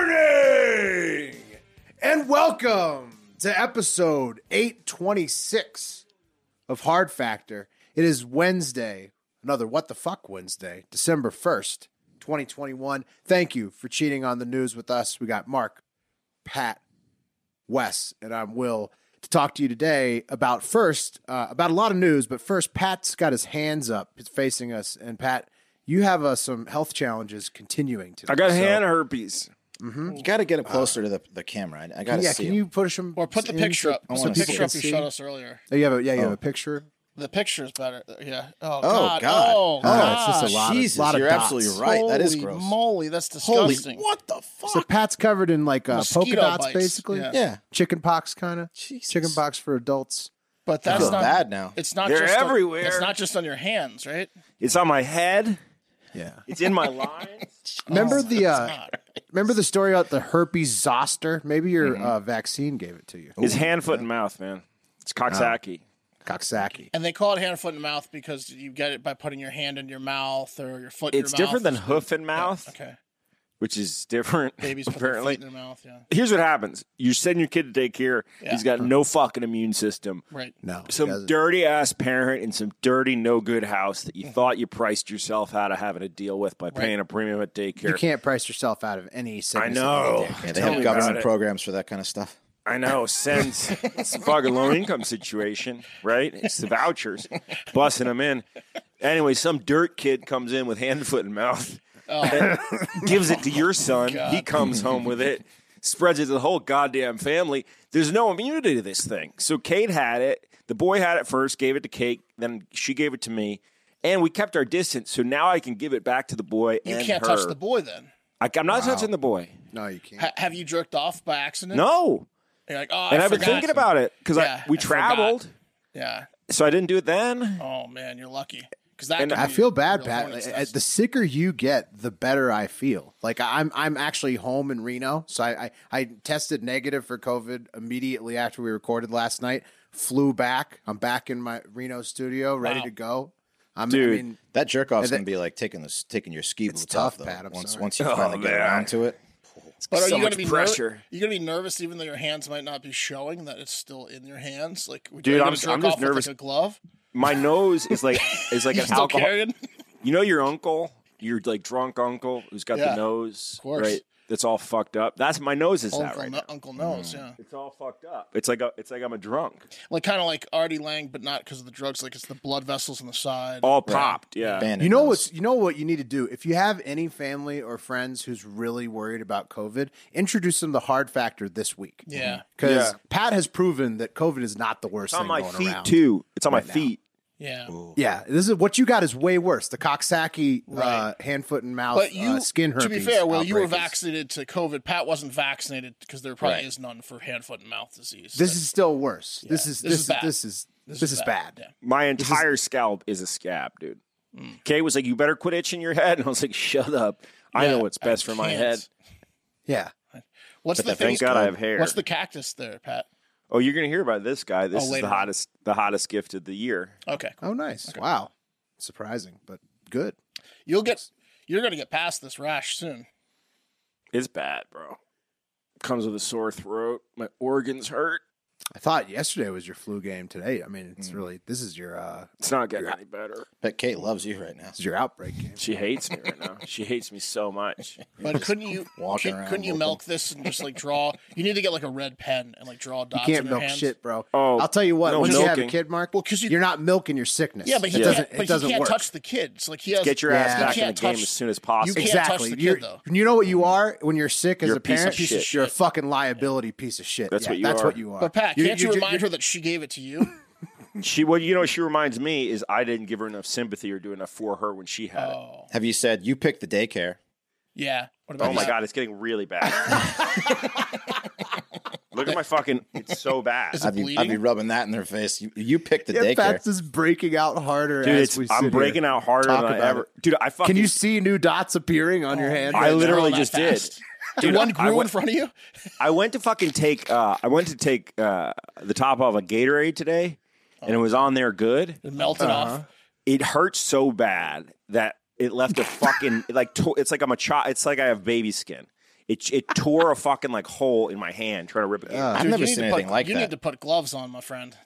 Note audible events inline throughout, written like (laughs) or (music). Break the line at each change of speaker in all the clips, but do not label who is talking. morning and welcome to episode 826 of hard factor it is wednesday another what the fuck wednesday december 1st 2021 thank you for cheating on the news with us we got mark pat wes and i'm will to talk to you today about first uh, about a lot of news but first pat's got his hands up he's facing us and pat you have uh, some health challenges continuing today.
I got
So-
hand herpes.
You got to get it closer to the, the camera. I, I got to
yeah,
see.
can
it.
you push them
Or put the
in
picture
so-
up.
I
Put
so
the
wanna see
people
picture
can
up you
see?
showed us earlier.
Oh, you have a yeah, you have a picture.
The picture's better. Yeah. Oh,
Oh
God.
Ah,
Oh,
Oh,
gosh.
it's just a lot. Jesus,
lot of
you're
dots.
absolutely right. that is
Holy
gross.
moly, that's
Holy,
disgusting.
what the fuck?
So Pat's covered in like uh, polka
Mosquito
dots,
bites,
basically.
yeah.
Yeah.
chicken pox kind of.
Jesus.
Chicken pox for adults.
But
I
that's
feel
not
bad now.
It's not
They're
just on-
everywhere.
it's not just on your hands, right?
It's on my head.
yeah.
It's in
(laughs)
my lines.
Oh,
Remember the uh,
God.
remember the story about the herpes zoster? Maybe your
Mm-hmm.
uh, vaccine gave it to you.
It's hand, foot, and mouth, man. It's coxsackie.
Coxsackie.
And they call it hand, foot, and mouth because you get it by putting your hand in your mouth or your foot. in
It's
your mouth.
different than hoof and mouth,
okay.
which is different. (laughs)
Babies put their
apparently.
feet in their mouth. Yeah.
Here's what happens: you send your kid to daycare.
Yeah.
He's got no fucking immune system.
Right.
No. it
Some
doesn't.
dirty ass parent in some dirty no good house that you thought you priced yourself out of having to deal with by paying a premium at daycare.
you can't price yourself out of any
I
sickness.
know.
Yeah, they
Tell
have
me
government
about it.
programs for that kind of stuff.
I know. Since it's a fucking low income situation, right? It's the vouchers, bussing them in. Anyway, some dirt kid comes in with hand, foot, and mouth,
Oh.
and gives it to your son. He comes home with it, spreads it to the whole goddamn family. There's no immunity to this thing. So Kate had it. The boy had it first, gave it to Kate, then she gave it to me. And we kept our distance, so now I can give it back to the boy.
You
and
can't
her.
touch the boy then.
I, am not touching the boy.
No, you can't.
Ha- have you jerked off by accident?
No.
You're like, oh, I
and I've been
forgot."
thinking about it because
Yeah,
we
I forgot.
traveled.
Yeah.
So I didn't do it then.
Oh man, you're lucky because that.
And
could
I
be
feel
a
bad,
real
Pat.
hornet's
Like,
nest.
The sicker you get, the better I feel. Like I'm, I'm actually home in Reno, so I, I, I tested negative for COVID immediately after we recorded last night. Flew back. I'm back in my Reno studio, ready
Wow.
to go. I'm, I
Dude.
mean,
That jerk off's
And that-
gonna be like taking the taking your ski boots
tough,
off though.
Pat, I'm
once
sorry.
once you
Oh,
finally get
man.
around to it.
But are
so
you
much
gonna be
pressure.
pressure? you're gonna be nervous, even though your hands might not be showing that it's still in your hands. Like, would
Dude,
you
I'm
gonna
s-
jerk
I'm just
off with, like,
nervous.
a glove.
My nose is
(laughs)
like is like
You
an
still
alcohol.
carrying?
You know your uncle, your like drunk uncle who's got
Yeah,
the nose, of
course.
right? That's all fucked up. That's my nose is that
Uncle,
right
no,
now. Mm.
Uncle knows. Yeah,
It's all fucked up. It's like a, it's like I'm a drunk,
like kind of like Artie Lang, but not because of the drugs. Like it's the blood vessels on the side.
all popped. Yeah,
Bandit
you know
nose.
what's, you know what you need to do if you have any family or friends who's really worried about COVID, introduce them to Hard Factor this week.
Yeah.
because
Yeah.
Pat has proven that COVID is not the worst
it's on
thing
my
going
feet
around.
too. It's on my
now.
feet.
yeah.
Yeah, this is what you got is way worse. The Coxsackie uh,
Right.
hand, foot, and mouth
But you
uh, skin herpes.
To be fair, well, you were
outbreak is-
vaccinated to COVID. Pat wasn't vaccinated because there probably
Right.
is none for hand, foot, and mouth disease.
This is still worse. This is
This
this
is
is
bad.
this is this, is bad.
My entire scalp is a scab, dude. Kate was like, "You better quit itching your head," (laughs) and I was like, "Shut up! I know what's best for my head."
Yeah.
What's the
that thing
thing?
Thank God I have hair.
What's the cactus there, Pat?
oh, you're gonna hear about this guy. This
Oh,
is
later
the
on.
hottest, the hottest gift of the year.
Okay, cool.
Oh, nice. Wow. Surprising, but good.
You'll get. You're gonna get past this rash soon.
It's bad, bro. Comes with a sore throat. My organs hurt.
I thought yesterday was your flu game. Today, I mean,
Hmm.
it's really this is your uh,
It's not getting any better.
But Kate loves you right now.
this is your outbreak game.
She hates me right now. She hates me so
(laughs)
much.
But couldn't you
walking
could,
around
couldn't you
looking.
milk this and just like draw? You need to get like a red pen and like draw
You
dots.
can't
in your
milk
hands.
shit, bro.
Oh,
I'll tell you what.
no
once you have a
milking.
kid, Mark,
'cause you-
are not milking your sickness.
Yeah, but he
it
can't,
doesn't.
but
It doesn't
he can't
work.
touch the kids. Like he has
Get your ass
Yeah.
back
You
in the
can't
game
touch-
as soon as possible.
you (laughs) can't- touch
exactly.
the kid,
You're-
though.
you know what you are when you're sick as
You're
a
a piece of
parent.
shit.
You're a fucking liability piece of shit.
That's
Yeah,
what you
That's
are.
what you are.
But Pat,
You-
can't you,
you- you-
remind her that she gave it to you?
She what you know what she reminds me is I didn't give her enough sympathy or do enough for her when she had it.
Oh,
Have you said you picked the daycare?
yeah. What about
Oh my
that?
god, it's getting really
(laughs)
bad. (laughs) Look at my fucking it's so bad.
Is it
I'd be, I'd be
bleeding?
rubbing that in their face. You, you picked the
Yeah,
daycare.
Pat's just breaking out harder
Dude,
as
it's,
we sit
I'm breaking
here.
out harder
Talk
than I
about
ever.
it.
Dude, I fucking
Can you see new dots appearing on
Oh
your hand?
I
right
literally
Not
just
fast.
did. Dude,
One
I
grew in
went,
front of you.
I went to fucking take. Uh, I went to take uh, the top off a Gatorade today, and it was on there good.
It melted off.
It hurts so bad that it left a fucking it like. To, it's like I'm a child. It's like I have baby skin. It it tore a fucking like hole in my hand trying to rip it.
I've
Dude,
never
you need
seen
to put-
anything like
You need
that.
to put gloves on, my friend.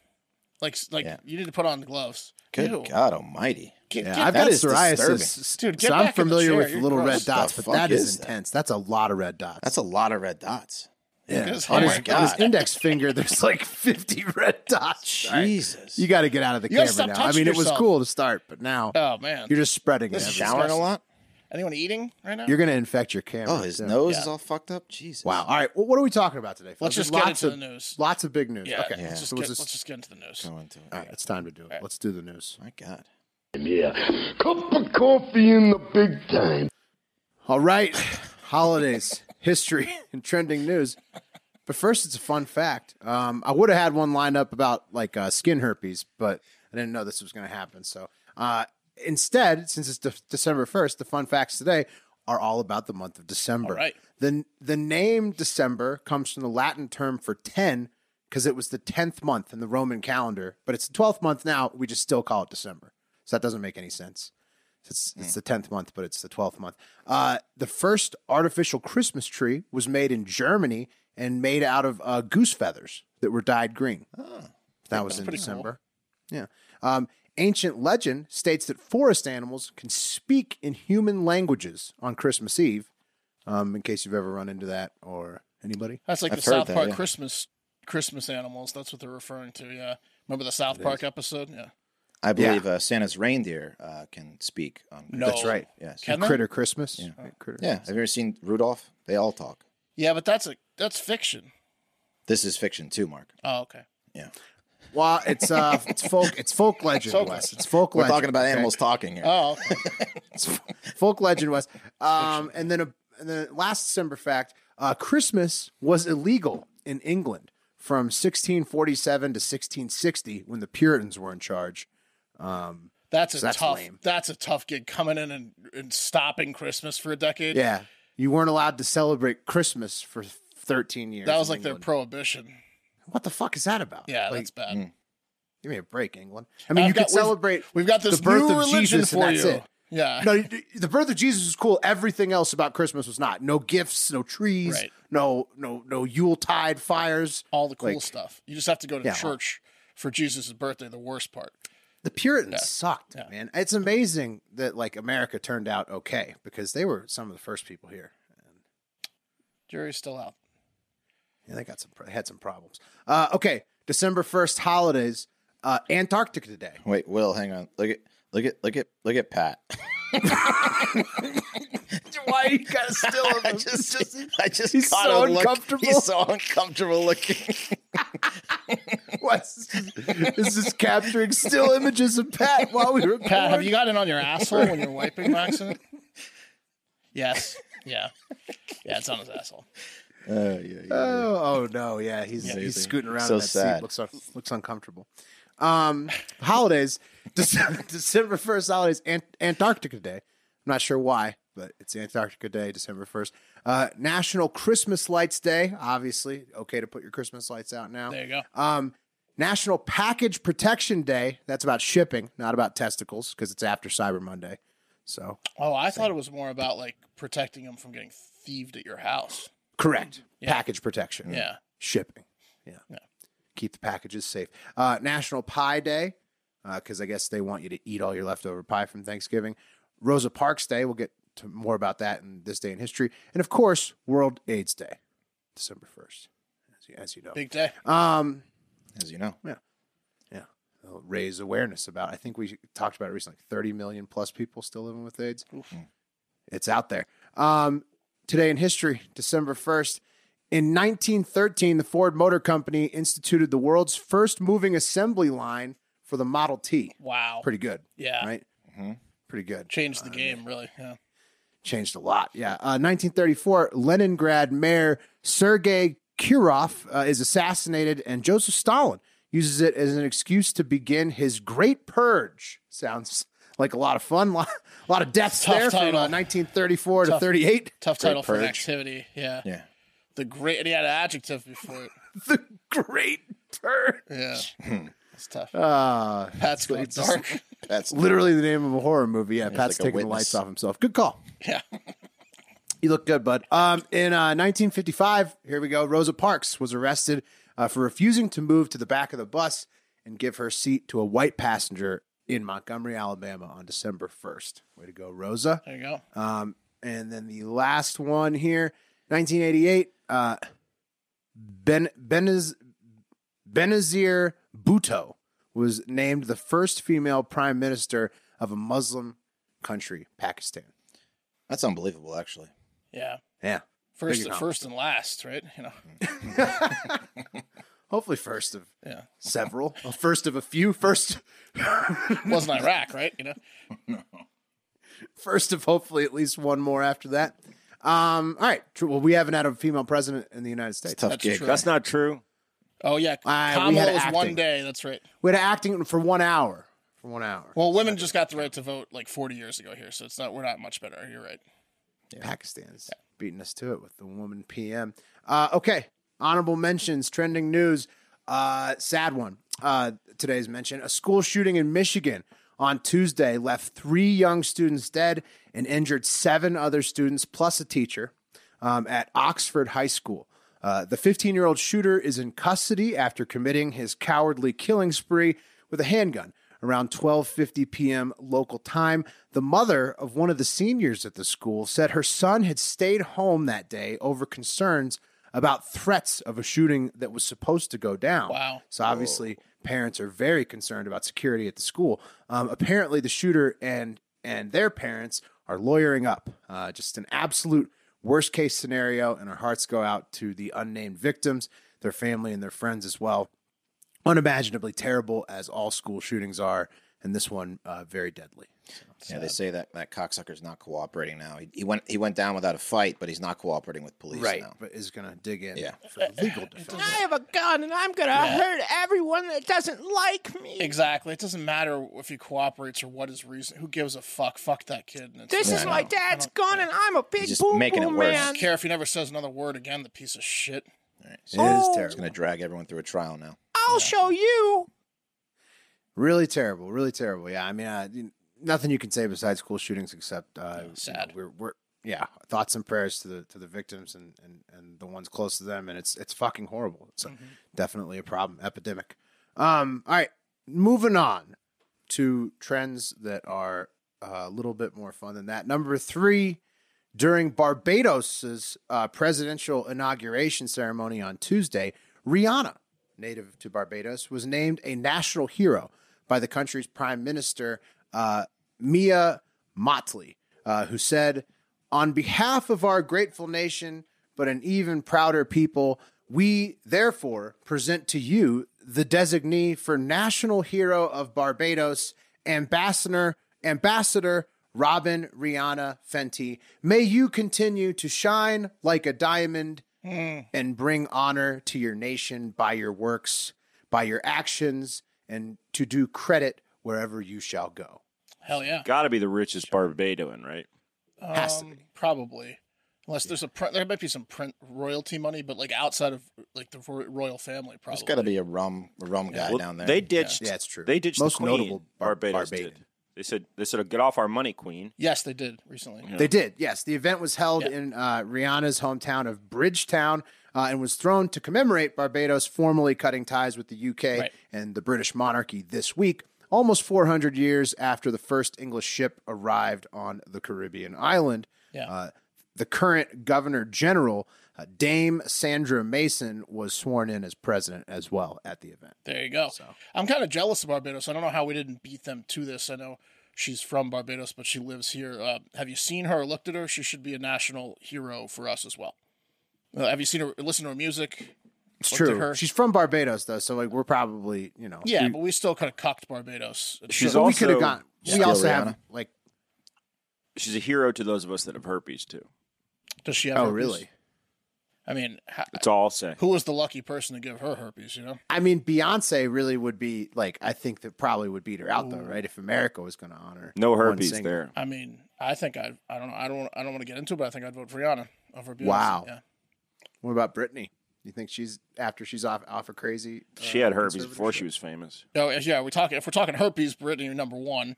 Like, like
Yeah.
you need to put on gloves.
Good
Ew.
God Almighty!
Get-
Yeah,
get-
I've
that
got
is disturbing.
psoriasis,
Dude, get
so I'm
back in the
familiar
chair.
with
You're
little red
gross.
dots,
The
but that
fuck
is
is that?
intense. That's a lot of red dots.
That's a lot of red dots.
yeah.
Because-
Oh
on,
my
his, on his
God.
index finger, there's like (laughs) 50 red dots. All right.
Jesus,
You got to get out of the
You gotta
camera
stop
now. I mean,
touching
it was
yourself.
cool to start, but now
oh man,
you're just spreading it.
This
everywhere.
showering a lot.
anyone eating right now?
You're going to infect your camera.
Oh, his
too.
nose
Yeah.
is all fucked up. Jesus.
Wow. All right. Well, what are we talking about today? fellas?
just
There's
get
lots
into
of,
the news.
Lots of big news.
yeah,
okay.
Let's, just
So
get,
we'll just-
let's just get into the news.
Go into it.
all right. It's time to do it. Let's do the news.
My God.
Yeah. Cup of coffee in the big time.
All right, holidays, history, and trending news. But first, it's a fun fact. Um, I would have had one lined up about like uh, skin herpes, but I didn't know this was going to happen. So uh, instead, since it's de- December first, the fun facts today are all about the month of December.
All right.
The the name December comes from the Latin term for ten because it was the tenth month in the Roman calendar, but it's the twelfth month now. We just still call it December, so that doesn't make any sense. It's it's the tenth month, but it's the twelfth month. Uh, the first artificial Christmas tree was made in Germany and made out of uh, goose feathers that were dyed green. that was in December. Yeah. Um, ancient legend states that forest animals can speak in human languages on Christmas Eve. Um, in case you've ever run into that or anybody.
That's like
I've
the
heard
South
that,
Park
yeah.
Christmas Christmas animals. That's what they're referring to. Yeah, remember the South Park episode? Yeah,
I believe uh, Santa's reindeer uh, can speak. On
No. That's right.
Yes.
Can they?
Oh. Critter Christmas. Yeah. Critter.
Yeah. Have you ever seen Rudolph? They all talk.
Yeah, but that's a that's fiction.
This is fiction too, Mark.
Oh, okay.
Yeah.
Well, it's uh, it's folk, it's folk legend, Wes. It's folk
We're
legend.
talking about
okay?
animals talking here.
Oh,
(laughs)
okay.
folk legend was. Um, and then a and then last December fact: uh, Christmas was illegal in England from 1647 to 1660 when the Puritans were in charge.
that's a
So that's
tough.
lame.
That's a tough gig coming in and, and stopping Christmas for a decade.
Yeah, you weren't allowed to celebrate Christmas for 13 years.
that was
in
like their
England.
prohibition.
what the fuck is that about?
Yeah,
Like, mm.
that's bad.
give me a break, England. I mean,
I've
you could
got- we've-
celebrate.
We've got this
the birth
new
of
religion
Jesus, and
for
that's
you.
it.
Yeah.
no, the birth of Jesus was cool. Everything else about Christmas was not. No gifts, no trees,
Right.
no no no Yuletide fires.
all the cool
Like-
stuff. You just have to go to
Yeah.
church for Jesus' birthday, the worst part.
The Puritans sucked, man. It's amazing that like America turned out okay because they were some of the first people here.
Jury's still out.
Yeah, they got some they had some problems. Uh, okay, December first holidays, uh, Antarctica Day.
Wait, Will, hang on. Look at look at look at look at Pat.
(laughs)
(laughs)
Why you guys (laughs) still?
I just, I just
Oh, He's
caught
so
a look.
uncomfortable.
He's so uncomfortable looking.
This is capturing still images of Pat while we were.
Pat, have you gotten on your asshole when you're wiping
(laughs)
by accident? Yes. Yeah. Yeah, it's on his asshole.
Uh, yeah, yeah.
Oh, oh no, yeah, he's he's scooting around
So
in that
sad.
seat. Looks un- looks uncomfortable. Um, holidays, (laughs) Dece- December first holidays, Ant- Antarctica Day. I'm not sure why, but it's Antarctica Day, December first. Uh, National Christmas Lights Day. Obviously, okay to put your Christmas lights out now.
There you go.
Um, National Package Protection Day. That's about shipping, not about testicles, because it's after Cyber Monday. So
Oh, I thought it was more about like protecting him from getting thieved at your house.
Hmm. correct, package protection.
Yeah.
shipping. Yeah. keep the packages safe. Uh, National Pie Day, because I guess they want you to eat all your leftover pie from Thanksgiving. Rosa Parks Day, we'll get to more about that in this day in history. And of course, World AIDS Day, December 1st, as you, as you know.
Big day.
Um,
as you know.
yeah, It'll uh, raise awareness about. I think we talked about it recently. Thirty million plus people still living with AIDS. It's out there. Um, today in history, December first. In 1913, the Ford Motor Company instituted the world's first moving assembly line for the Model T.
Wow.
Pretty good.
Yeah.
Right? Pretty good.
Changed the game, really. Yeah.
Changed a lot. Yeah. Uh, 1934, Leningrad Mayor Sergei Kirov uh, is assassinated, and Joseph Stalin uses it as an excuse to begin his Great Purge. Sounds like a lot of fun, (laughs) lot- a lot of deaths
Tough
there from
title.
uh, 1934 to 38.
Tough title for an
purge.
activity. Yeah.
Yeah.
The great, and he had an adjective
(laughs)
before it.
(laughs) The Great Purge.
(laughs) Yeah.
Hmm.
That's tough.
Uh,
Pat's going dark.
(laughs)
That's
literally the name of a horror movie. Yeah, Pat's
like a
taking the
witness.
lights off himself. Good call.
Yeah.
You look good, bud. Um, in uh, 1955, here we go. Rosa Parks was arrested uh, for refusing to move to the back of the bus and give her seat to a white passenger in Montgomery, Alabama, on December 1st. Way to go, Rosa.
There you go.
Um, and then the last one here, 1988, uh, Ben Benaz, Benazir Bhutto was named the first female prime minister of a Muslim country, Pakistan.
that's unbelievable actually.
Yeah.
Yeah.
First,
accomplishment. Hmm.
first and last, right? You know.
Hopefully, first of
Yeah.
several, Well, first of a few, first,
Wasn't Iraq, right? You know.
first of hopefully at least one more after that. Um, all right. True. Well, we haven't had a female president in the United States.
Tough gig.
true.
That's not true.
Oh yeah.
Uh, we had
Kamala was
acting.
one day. That's right.
We had acting for one hour. For one hour.
Well, women just got the right to vote like 40 years ago here, so it's not we're not much better. You're right.
Pakistan's beating us to it with the woman PM. Uh, okay, honorable mentions, trending news. Uh, sad one. Uh, today's mention: a school shooting in Michigan on Tuesday left three young students dead and injured seven other students plus a teacher um, at Oxford High School. Uh, the 15 year old shooter is in custody after committing his cowardly killing spree with a handgun around 12:50 p.m. local time. The mother of one of the seniors at the school said her son had stayed home that day over concerns about threats of a shooting that was supposed to go down.
Wow.
So obviously, parents are very concerned about security at the school. Um, apparently, the shooter and and their parents are lawyering up. Uh, just an absolute worst case scenario, and our hearts go out to the unnamed victims, their family, and their friends as well. Unimaginably terrible as all school shootings are, and this one uh, very deadly.
Yeah, they say that that cocksucker's not cooperating now. He, he went he went down without a fight, but he's not cooperating with police now.
but is going to dig in
Yeah.
for legal defense.
I have a gun and I'm gonna hurt everyone that doesn't like me.
Exactly. It doesn't matter if he cooperates or what his reason. Who gives a fuck? Fuck that kid. And it's-
This is my dad's gun and I'm a big
just
boo
making
boo
it worse.
man.
care if he never says another word again. The piece of shit.
It's terrible. It's going to drag everyone through a trial now.
I'll show you.
Really terrible, really terrible. Yeah, I mean, uh, nothing you can say besides school shootings except uh, you
sad.
know, we're we're yeah, thoughts and prayers to the to the victims and and and the ones close to them, and it's it's fucking horrible. It's a- definitely a problem, epidemic. Um, all right, moving on to trends that are uh, a little bit more fun than that. Number three during Barbados's uh, presidential inauguration ceremony on Tuesday, Rihanna, native to Barbados, was named a national hero by the country's prime minister, uh, Mia Motley, uh, who said, On behalf of our grateful nation, but an even prouder people, we therefore present to you the designee for National Hero of Barbados, Ambassador Ambassador Robin Rihanna Fenty. May you continue to shine like a diamond and bring honor to your nation by your works, by your actions, and to do credit wherever you shall go.
Hell yeah.
Got to be the richest Barbadoan, right?
Has to
Um,
be.
Probably. Unless there's a print, there might be some print royalty money, but like outside of like the ro- royal family, probably.
There's got to be a rum a rum guy
Well,
down there.
They ditched.
Yeah, it's true.
They ditched
Most
the queen.
notable Bar-
Barbados
Barbadian.
did. They said they said get off our money, Queen.
Yes, they did recently.
They did, yes. The event was held
Yeah.
in uh, Rihanna's hometown of Bridgetown uh, and was thrown to commemorate Barbados formally cutting ties with the UK
Right.
and the British monarchy this week, almost 400 years after the first English ship arrived on the Caribbean island.
Yeah.
Uh, the current Governor General, uh, Dame Sandra Mason, was sworn in as president as well at the event.
There you go. I'm kind of jealous of Barbados. I don't know how we didn't beat them to this. I know she's from Barbados, but she lives here. Uh, have you seen her or looked at her? She should be a national hero for us as well. Uh, have you seen her? Listen to her music.
It's
Looked at
true.
her.
She's from Barbados, though, so like we're probably you know
Yeah,
we-
but we still kind of cucked Barbados.
She's
but we
also
could have gone. we
Still
also
Rihanna.
have like
she's a hero to those of us that have herpes too.
Does she have?
oh
herpes?
really?
I mean, ha-
That's all I'll say.
who was the lucky person to give her herpes? You know,
I mean, Beyonce really would be like. I think that probably would beat her out though, right? If America was going to honor
No
one
herpes
singer.
there.
I mean, I think I. I don't know. I don't. I don't want to get into it, but I think I'd vote for Rihanna over Beyonce.
Wow.
Yeah.
What about Britney? You think she's after she's off off her crazy? uh,
She had herpes
conservative
before
shit?
she was famous.
No, Oh, yeah. We're talking. If we're talking herpes, Brittany number one.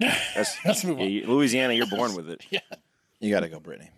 That's,
Let's move
yeah,
on.
you- Louisiana, you're born with it.
You got to go, Brittany.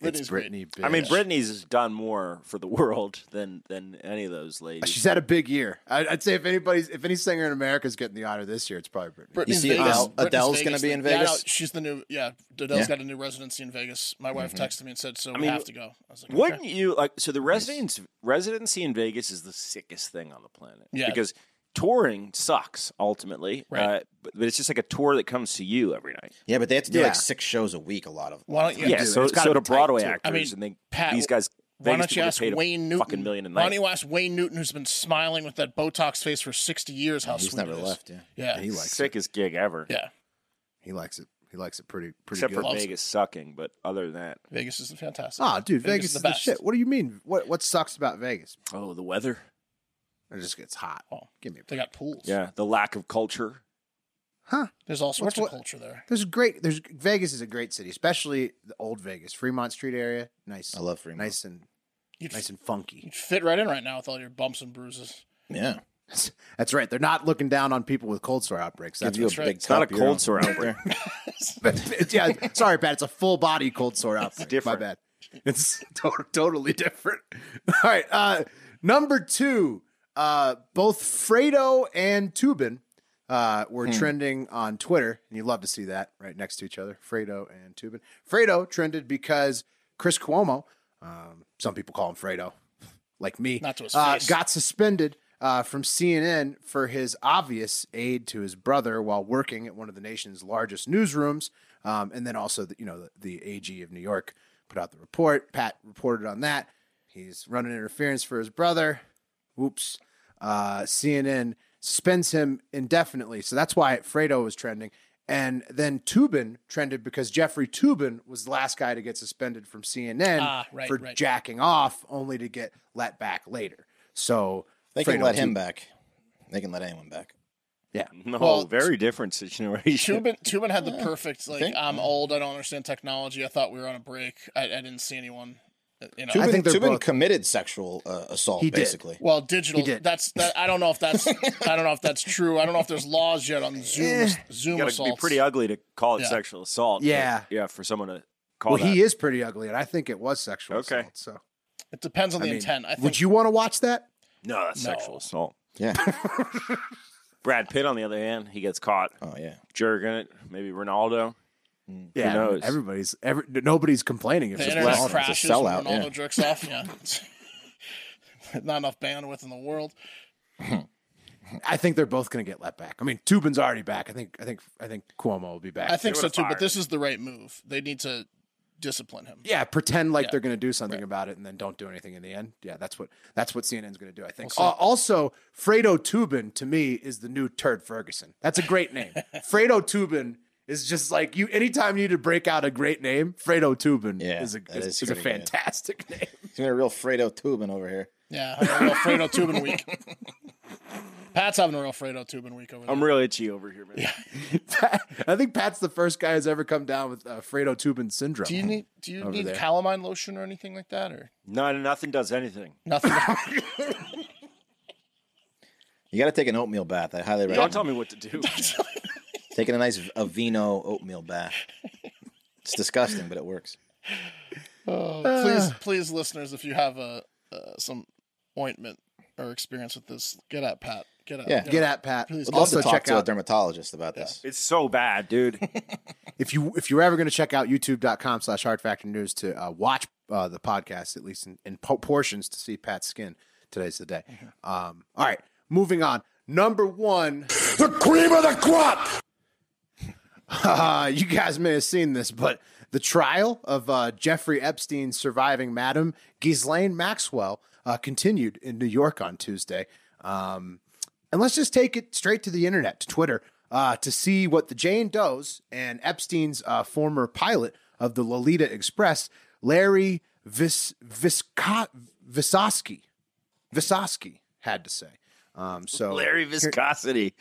Brittany's
It's
great.
Britney.
I mean,
bitch.
Britney's done more for the (laughs) world than than any of those ladies.
Uh, She's had a big year. I- I'd say if anybody's, if any singer in America is getting the honor this year, it's probably Britney.
Britney's
see
Vegas.
Adele-
Britney's
Adele's
Vegas
gonna be in
thing. Yeah,
Vegas?
no, she's the new. Yeah, Adele's
Yeah.
got a new residency in Vegas. My wife texted me and said, "So we
mean,
have to go." I was like,
(laughs) Wouldn't
okay.
you like? So the residence residency in Vegas is the sickest thing on the planet.
Yeah.
because touring sucks ultimately.
Right.
Uh, but, but it's just like a tour that comes to you every night.
Yeah, but they have to do
Yeah.
like six shows a week. A lot of
Why don't you?
Yeah,
dude,
so
it's gotta
so
be
to
tight,
Broadway
too. I
actors,
mean,
and they,
Pat,
these guys. Vegas
Why don't you
people get
ask
paid a
Wayne Newton?
Fucking million a
Why
night.
don't you ask Wayne Newton, who's been smiling with that Botox face for sixty years? How
he's
sweet
never
it is.
left. Yeah.
Yeah,
He likes it.
sickest gig ever.
yeah.
He likes it. He likes it pretty pretty
Except
good.
for
Loves it.
Vegas sucking, but other than that,
Vegas is fantastic.
Ah, dude, Vegas,
Vegas
is
is
the,
the best.
shit. What do you mean? What what sucks about Vegas?
oh, the weather.
It just gets hot.
Oh.
Give me a
They got pools.
Yeah, the lack of culture.
huh.
There's all sorts
What's
of culture there.
There's great. There's Vegas is a great city, especially the old Vegas, Fremont Street area. Nice.
I love Fremont.
Nice and
You'd,
nice and funky.
you'd fit right in right now with all your bumps and bruises.
Yeah.
That's right. They're not looking down on people with cold sore outbreaks. That's
Give you a
what's
big
right.
It's not a
top of your
cold sore
own.
outbreak.
(laughs) yeah. Sorry, Pat. It's a full body cold sore outbreak.
different.
My bad. It's (laughs) to- totally different. (laughs) All right. Uh, number two. Uh, both Fredo and Tubin uh, were trending on Twitter, and you love to see that right next to each other. Fredo and Tubin. Fredo trended because Chris Cuomo. Um, some people call him Fredo, like me.
Not to his
uh,
face.
Got suspended. Uh, from CNN for his obvious aid to his brother while working at one of the nation's largest newsrooms, um, and then also the, you know the, the AG of New York put out the report. Pat reported on that. He's running interference for his brother. Whoops. Uh, CNN suspends him indefinitely. So that's why Fredo was trending. And then Tubin trended because Jeffrey Tubin was the last guy to get suspended from CNN
Ah, right,
for
right.
jacking off, only to get let back later. So
(laughs) They can
Fredo
let him back. They can let anyone back.
(laughs) No,
Well,
very different (laughs) situation.
Tubin, Tubin had the perfect like.
Think-
I'm old. I don't understand technology. I thought we were on a break. I, I didn't see anyone. uh, You know,
Tubin,
think they're
Tubin
both-
committed sexual uh, assault,
He did.
basically.
Well, digital.
He did.
That's that. I don't know if that's. I don't know if that's true. I don't know if there's laws yet
(laughs)
on Zoom. Zoom
You gotta
assaults.
be pretty ugly to call it
Yeah.
sexual assault. but
Yeah.
yeah, for someone to call
Well,
that.
he is pretty ugly, and I think it was sexual
Okay.
assault. So,
it depends on the
I mean,
intent. I think.
would you want to watch that?
no, that's
No.
sexual assault.
Yeah.
Brad Pitt, on the other hand, he gets caught
Oh yeah.
jerking it. Maybe Ronaldo.
Yeah,
Who knows?
everybody's every, nobody's complaining. If
the
it's
internet
Ronaldo's
less-
a
crashes
sellout,
when Ronaldo
yeah.
jerks off. Yeah. (laughs) Not enough bandwidth in the world.
I think they're both going to get let back. I mean, Tubin's already back. I think. I think. I think Cuomo will be back.
I think so
would've
too. But
fired
this is the right move. They need to discipline him.
Yeah, pretend like they're going to do something about it and then don't do anything in the end. Yeah, that's what that's what CNN's going to do. I think. Uh, also, Fredo Tubin to me is the new Turd Ferguson. That's a great
(laughs)
name. Fredo Tubin is just like you. Anytime you need to break out a great name, Fredo Tubin
Yeah,
is a
that
is,
is
is a
pretty good.
fantastic (laughs) name.
He's got a real Fredo Tubin over here.
Yeah. I got a real Fredo
(laughs)
Tubin week. Pat's having a real Fredo Tubin week over there.
I'm real itchy over here, man.
I think Pat's the first guy who's ever come down with uh, Fredo Tubin syndrome.
do you need Do you need
there.
calamine lotion or anything like that or
No, nothing does anything.
nothing?
You got to take an oatmeal bath. I highly
Don't
recommend
tell me what to
(laughs)
do.
taking a nice v- a vino oatmeal bath. It's disgusting, but it works.
Oh, (laughs) please, please, listeners, if you have uh, uh, some ointment or experience with this, get at Pat. Get at
Yeah.
Get at Pat.
Please.
I'd love
also
to talk
check
to a
out
dermatologist about this.
It's so bad, (laughs) dude.
if you if you're ever going to check out youtube.com slash hard factor news to uh, watch uh, the podcast at least in, in po- portions to see pat's skin today's the day um, all right moving on number one
The cream of the crop!
uh, (laughs) you guys may have seen this but the trial of uh, jeffrey epstein's surviving madam ghislaine maxwell uh, continued in new york on tuesday um, and let's just take it straight to the internet, to Twitter, uh, to see what the Jane Doe's and Epstein's uh, former pilot of the Lolita Express, Larry Vis- Visco- Visosky, Visosky had to say. Um, so
Larry Viscosity.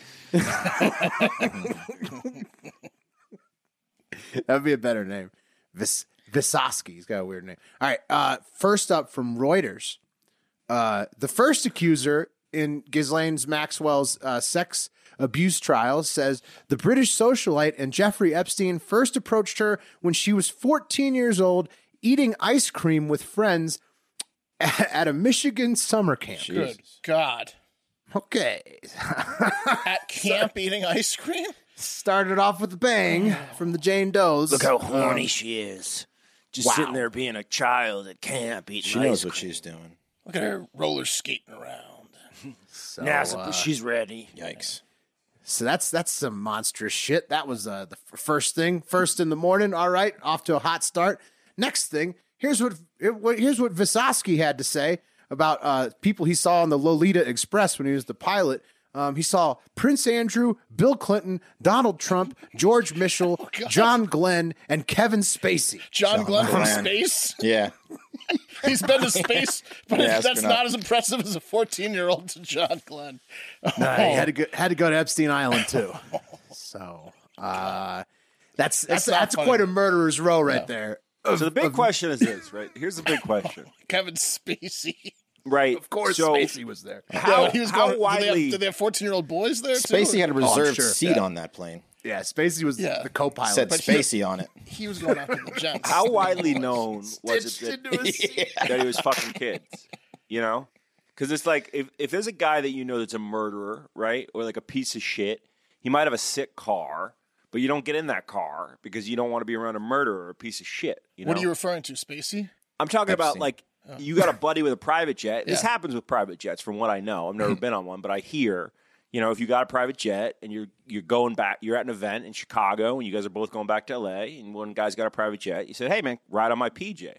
That'd be a better name. Vis- Visosky. He's got a weird name. All right. Uh, first up from Reuters, uh, the first accuser in Ghislaine's Maxwell's uh, sex abuse trial says the British socialite and Jeffrey Epstein first approached her when she was 14 years old, eating ice cream with friends (laughs) at a Michigan summer camp.
Good God.
Okay. (laughs)
At camp eating ice cream?
Started off with a bang from the Jane Doe's.
Look how horny she is. Just
wow.
sitting there being a child at camp eating
She
ice
knows what
cream.
she's doing.
Look at her roller skating around.
So,
Now
Oh,
uh,
she's ready.
Yikes.
So that's that's some monstrous shit. That was uh, the f- first thing. First in the morning. All right, off to a hot start. Next thing, here's what it- what- here's what Visosky had to say about uh, people he saw on the Lolita Express when he was the pilot. Um, he saw Prince Andrew, Bill Clinton, Donald Trump, George
(laughs)
Mitchell,
Oh,
John Glenn, and Kevin Spacey.
John, Glenn from
Glenn.
space. (laughs)
Yeah.
He's been to space, but
Yeah,
that's
astronaut.
not as impressive as a 14 year old to John Glenn.
He had to go, had to go to Epstein Island too.
(laughs)
so uh, that's that's that's,
not funny.
quite a murderer's row right there.
So the big question is this, right? Here's the big
(laughs) Oh
question,
Kevin Spacey. (laughs)
right? Of
course,
so
Spacey was there.
How,
Yeah, he was
how
going, Do they
widely?
have, do they have 14 year old boys there too?
Spacey had a reserved
Oh, sure.
seat on that plane.
Yeah, Spacey was
Yeah.
the co-pilot.
Said
But
(laughs)
he-
Spacey on it.
He was going after the gents.
how widely
(laughs)
known was it
(laughs)
that, that he was fucking kids? You know, because it's like if if there's a guy that you know that's a murderer, right, or like a piece of shit, he might have a sick car, but you don't get in that car because you don't want to be around a murderer or a piece of shit. You know,
What are you referring to, Spacey?
I'm talking about
seen-
like you got a buddy with a private jet. This
Yeah.
happens with private jets, from what I know. I've
(clears throat)
never been on one, but I hear. You know, if you got a private jet and you're you're going back, you're at an event in Chicago, and you guys are both going back to L.A. and one guy's got a private jet, you said, "Hey, man, ride on my PJ."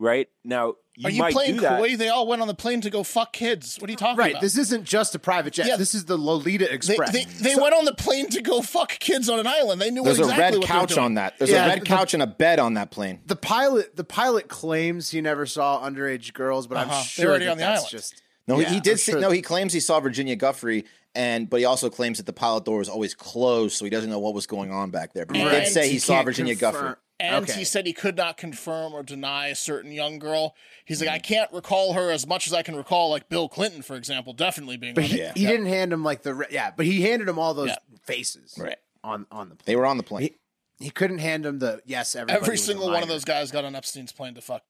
Right now, you,
are you
might
playing
do that.
Kuwait? They all went on the plane to go fuck kids. What are you talking
right.
about?
This isn't just a private jet.
Yeah.
This is the Lolita
they
Express.
they, they went on the plane to go fuck kids on an island. They knew
There's
exactly
a red
what
couch
they were doing.
on that. There's
Yeah,
a red
the-
couch and a bed on that plane.
the pilot the pilot claims he never saw underage girls, but
Uh-huh.
I'm
They're
sure
already
that
on the
that's
island.
just
No,
Yeah,
he
I'm
did. See,
sure
No,
that-
he claims he saw Virginia Guffrey, and but he also claims that the pilot door was always closed, so he doesn't know what was going on back there. But he
Right.
did say he,
You
saw
can't
Virginia
confirm-
Guffrey.
And
Okay.
he said he could not confirm or deny a certain young girl. He's like, I can't recall her as much as I can recall, like Bill Clinton, for example, definitely being
But
on
he,
it.
Yeah.
he didn't hand him like the re- yeah, but he handed him all those
Yeah.
faces
Right.
on on the plane.
They were on the plane.
He couldn't hand him the yes. Everybody
Every
was a
single one of
liar.
those guys got on Epstein's plane to fuck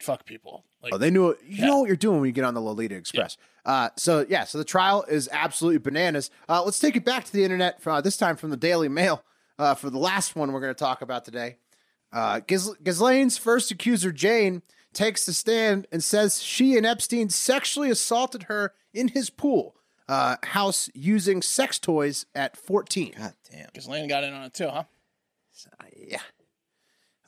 fuck people. Like,
Oh, they knew you know what you're doing when you get on the Lolita Express. Uh, so yeah, so the trial is absolutely bananas. Uh, let's take it back to the internet for, uh, this time from the Daily Mail uh, for the last one we're going to talk about today. Uh, Gis- Ghislaine's first accuser Jane takes the stand and says she and Epstein sexually assaulted her in his pool uh, house using sex toys at 14.
God damn.
Ghislaine got in on it too, huh?
Yeah.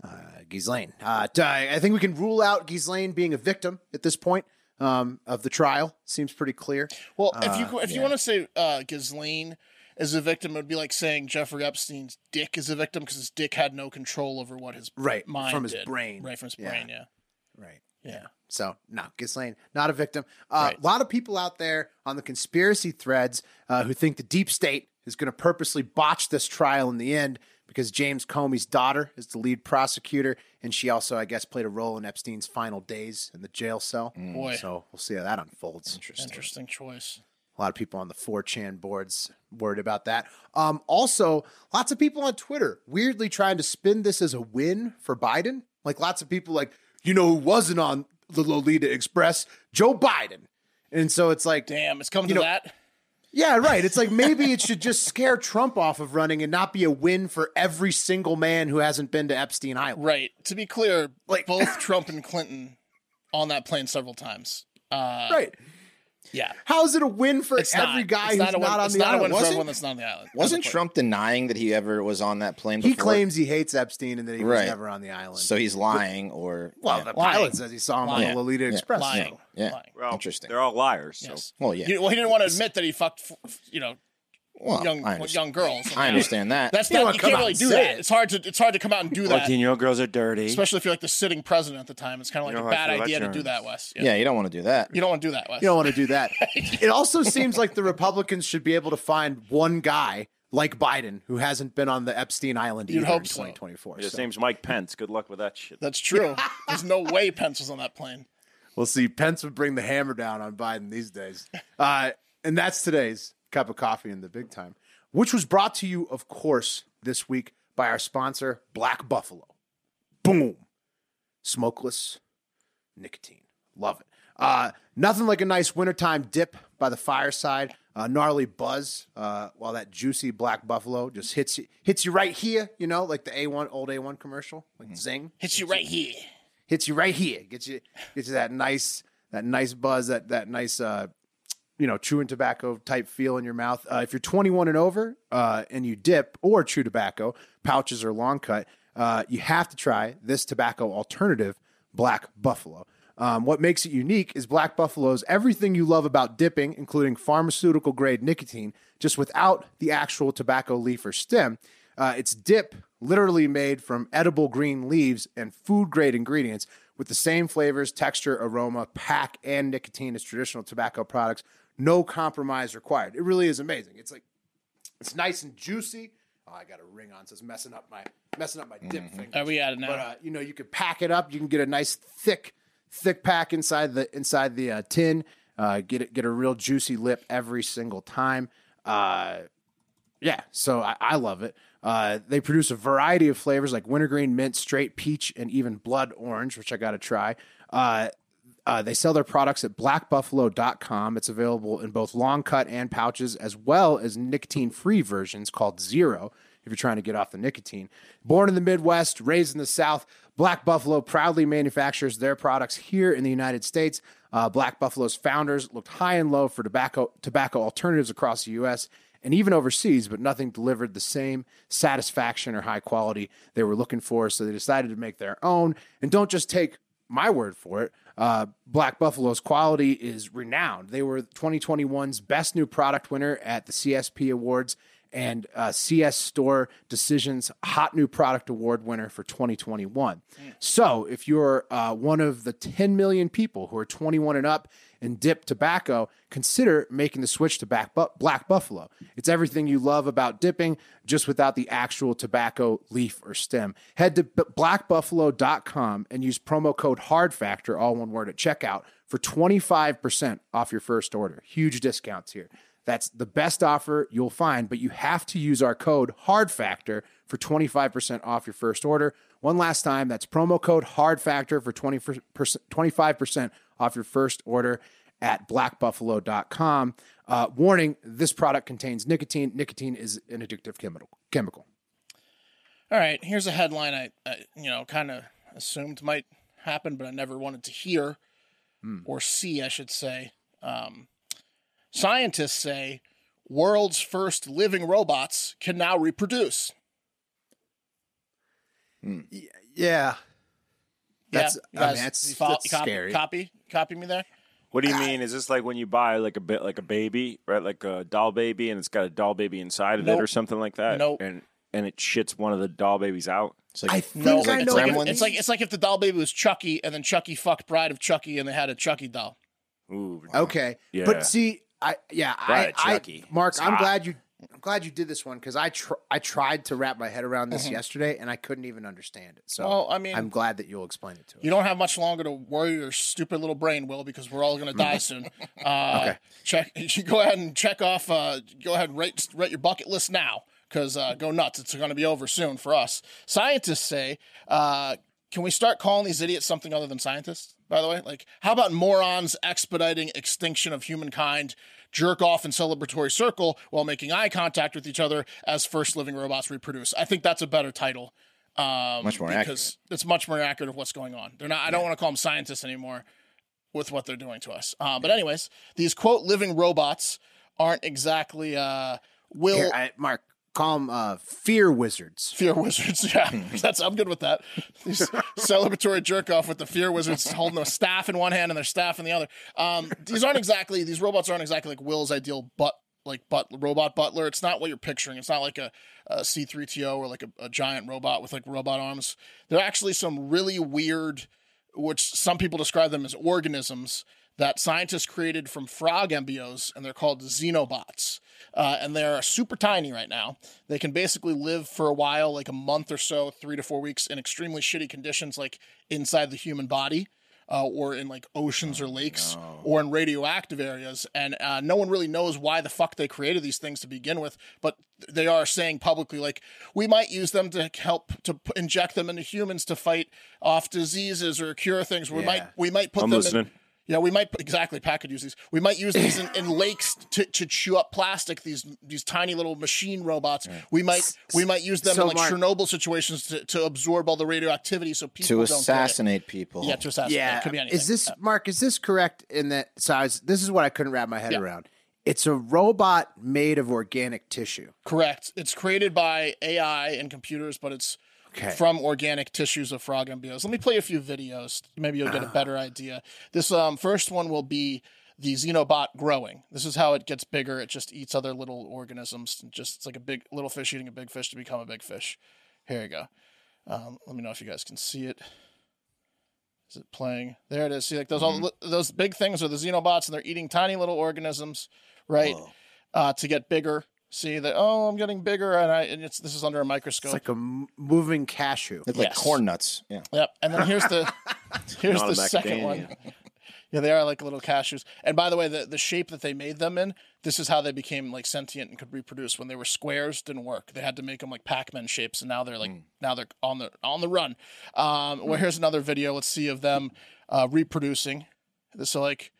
Uh, Ghislaine. Uh, d- I I think we can rule out Ghislaine being a victim at this point um, of the trial. Seems pretty clear.
Well, if you if you want to say uh, Ghislaine is a victim, it would be like saying Jeffrey Epstein's dick is a victim because his dick had no control over what his
Right,
mind
from his
did.
brain.
right from his
Yeah.
brain. Yeah,
Right.
yeah.
So, no, Ghislaine, not a victim. Uh,
Right.
A lot of people out there on the conspiracy threads uh, who think the deep state is going to purposely botch this trial in the end because James Comey's daughter is the lead prosecutor. And she also, I guess, played a role in Epstein's final days in the jail cell.
Mm. Boy,
So, we'll see how that unfolds.
interesting choice.
A lot of people on the 4chan boards worried about that. Um, also, lots of people on Twitter weirdly trying to spin this as a win for Biden. Like lots of people, like you know, who wasn't on the Lolita Express, Joe Biden. And so it's like,
Damn, it's coming
You
to
know-
that.
yeah, right. It's like maybe it should just scare Trump off of running and not be a win for every single man who hasn't been to Epstein Island.
Right. To be clear,
Like- (laughs)
both Trump and Clinton on that plane several times. Uh,
Right.
Yeah.
How is it a win for
It's
every
not,
guy
it's
who's not,
a win,
on
it's
the
not a
island?
win for
Was it?
everyone that's not on the island.
Wasn't Trump denying that he ever was on that plane?
He
before?
claims he hates Epstein and that he was
Right.
never on the island.
So he's lying, or
well,
yeah.
the
lying.
pilot says he saw him on the
Lying.
Lolita Express.
lying?
Yeah.
Lying.
Well,
Interesting.
They're all liars. So.
Yes.
Well, yeah.
He- well, he didn't want to admit that he fucked, f- f- you know,
Well,
young
I understand,
young girls.
I understand that.
That's
You don't
not you
come
can't
out
really
and
do
say
that.
it.
It's hard to it's hard to come out and do that,
Fourteen-year-old girls are dirty.
especially if you're like the sitting president at the time. It's kind of like
know
a
how I
bad
feel about
idea to
germs.
do that, Wes.
yeah. you don't want to do that.
You don't want to do that, Wes.
You don't want to do that. it also seems like the Republicans should be able to find one guy like Biden who hasn't been on the Epstein Island
You'd
either
hope
in
so.
2024.
His
So
name's Mike Pence. Good luck with that shit.
(laughs)
That's true. There's no way Pence was on that plane.
We'll see. Pence would bring the hammer down on Biden these days. Uh, and that's today's cup of coffee in the big time, which was brought to you, of course, this week by our sponsor, Black Buffalo. Boom. Smokeless nicotine. Love it. Uh, nothing like a nice wintertime dip by the fireside, a gnarly buzz uh, while that juicy black buffalo just hits you, hits you right here, you know, like the A1, old A1 commercial, like zing
Hits you right here.
hits you right here. Gets you gets you that nice that nice buzz that that nice uh you know chewing tobacco type feel in your mouth. Uh, if you're 21 and over uh, and you dip or chew tobacco, pouches or long cut, uh, you have to try this tobacco alternative, Black Buffalo. Um, what makes it unique is Black Buffalo's everything you love about dipping, including pharmaceutical grade nicotine, just without the actual tobacco leaf or stem. Uh, it's dip literally made from edible green leaves and food grade ingredients with the same flavors, texture, aroma, pack, and nicotine as traditional tobacco products. No compromise required. It really is amazing. It's like it's nice and juicy. Oh, I got a ring on, so it's messing up my messing up my dip finger.
Are we at it now?
But uh, you know, you could pack it up. You can get a nice thick, thick pack inside the inside the uh, tin. Uh, get it, get a real juicy lip every single time. Uh, yeah, so I, I love it. Uh, they produce a variety of flavors like wintergreen, mint, straight peach, and even blood orange, which I got to try. Uh, uh, they sell their products at blackbuffalo.com. It's available in both long cut and pouches, as well as nicotine free versions called Zero if you're trying to get off the nicotine. Born in the Midwest, raised in the South, Black Buffalo proudly manufactures their products here in the United States. Uh, Black Buffalo's founders looked high and low for tobacco, tobacco alternatives across the U.S. and even overseas, but nothing delivered the same satisfaction or high quality they were looking for. So they decided to make their own. And don't just take my word for it. Uh, Black Buffalo's quality is renowned. They were 2021's best new product winner at the CSP Awards and uh, CS Store Decisions Hot New Product Award winner for 2021. So, if you're uh, one of the 10 million people who are 21 and up and dip tobacco, consider making the switch to back bu- Black Buffalo. It's everything you love about dipping, just without the actual tobacco leaf or stem. Head to b- blackbuffalo.com and use promo code HARDFACTOR, all one word, at checkout for 25% off your first order. Huge discounts here. That's the best offer you'll find, but you have to use our code HARDFACTOR for 25% off your first order. One last time, that's promo code HARDFACTOR for 20%, 25% off your first order at blackbuffalo.com. Uh, warning this product contains nicotine. Nicotine is an addictive chemical. chemical.
All right, here's a headline I, I you know, kind of assumed might happen, but I never wanted to hear
Hmm.
or see, I should say. Um, scientists say world's first living robots can now reproduce.
Yeah. That's,
you
I
guys-
mean, that's,
you follow-
that's
you copy,
scary.
Copy, copy me there.
What do you mean? Is this like when you buy like a bit like a baby, right? Like a doll baby, and it's got a doll baby inside of it or
Nope.
something like that.
Nope.
And and it shits one of the doll babies out.
It's like,
I think
No,
I
like, it's,
know
like
what
if,
Gremlins.
it's like it's like if the doll baby was Chucky, and then Chucky fucked Bride of Chucky, and they had a Chucky doll.
Ooh.
Okay.
Yeah.
But see, I yeah,
Right,
I, I
Chucky.
Mark,
It's
I'm
hot.
glad you glad you did this one because I tr- I tried to wrap my head around this yesterday and I couldn't even understand it. So
Mm-hmm. Well, Oh, I mean-
I'm glad that you'll explain it to us.
You don't have much longer to worry your stupid little brain, Will, because we're all going to
Mm.
die soon.
(laughs)
Uh, Check. (laughs) You should go ahead and check off. Uh, go ahead and rate rate your bucket list now, because uh, go nuts. It's going to be over soon for us. Scientists say. Uh, can we start calling these idiots something other than scientists? By the way, like how about morons expediting extinction of humankind? Jerk off in celebratory circle while making eye contact with each other as first living robots reproduce. I think that's a better title. Um,
Much more accurate.
because it's much more accurate of what's going on. They're not. I don't want to call them scientists anymore with what they're doing to us. Uh, but anyways, these quote living robots aren't exactly uh, will
Here, I, Mark, call them uh, fear wizards.
fear wizards. (laughs) Yeah, that's I'm good with that. These (laughs) celebratory jerk off with the fear wizards holding their staff in one hand and their staff in the other. Um, these aren't exactly these robots aren't exactly like Will's ideal butt like but robot butler. It's not what you're picturing. It's not like a a C three TO or like a, a giant robot with like robot arms. They're actually some really weird, which some people describe them as organisms that scientists created from frog embryos, and they're called xenobots. Uh, and they're super tiny right now. They can basically live for a while, like a month or so, three to four weeks, in extremely shitty conditions, like inside the human body. Uh, or in like oceans or lakes or in radioactive areas. And uh, no one really knows why the fuck they created these things to begin with, but they are saying publicly, like, we might use them to help to p- inject them into humans to fight off diseases or cure things. We might, we might put
I'm
them
listening.
in. Yeah, we might exactly. Pat could use these. We might use these in, in lakes to, to chew up plastic. These these tiny little machine robots. We might we might use them
So,
in like
Mark-
Chernobyl situations to, to absorb all the radioactivity so people
to
don't get it.
assassinate people.
Yeah, to assassinate.
Yeah,
it could be anything.
Is this
Uh,
Mark? Is this correct in that size? This is what I couldn't wrap my head
Yeah.
around. It's a robot made of organic tissue.
correct? It's created by AI and computers, but it's
Okay.
from organic tissues of frog embryos. Let me play a few videos. Maybe you'll
Ah.
get a better idea. This um, first one will be the xenobot growing. This is how it gets bigger. It just eats other little organisms. And just it's like a big little fish eating a big fish to become a big fish. Here you go. Um, let me know if you guys can see it. Is it playing? There it is. See, like those
Mm-hmm.
all those big things are the xenobots, and they're eating tiny little organisms, right?
Oh.
Uh, to get bigger. See that? Oh, I'm getting bigger, and I and it's this is under a microscope.
It's like a m- moving cashew.
It's like
Yes. Uh,
corn nuts. Yeah.
Yep. And then here's the here's
Not
the
a
second one. Yeah, they are like little cashews. And by the way, the, the shape that they made them in, this is how they became like sentient and could reproduce. When they were squares, didn't work. They had to make them like Pac-Man shapes, and now they're like now they're on the on the run. Um, well, here's another video. Let's see of them uh, reproducing. So like,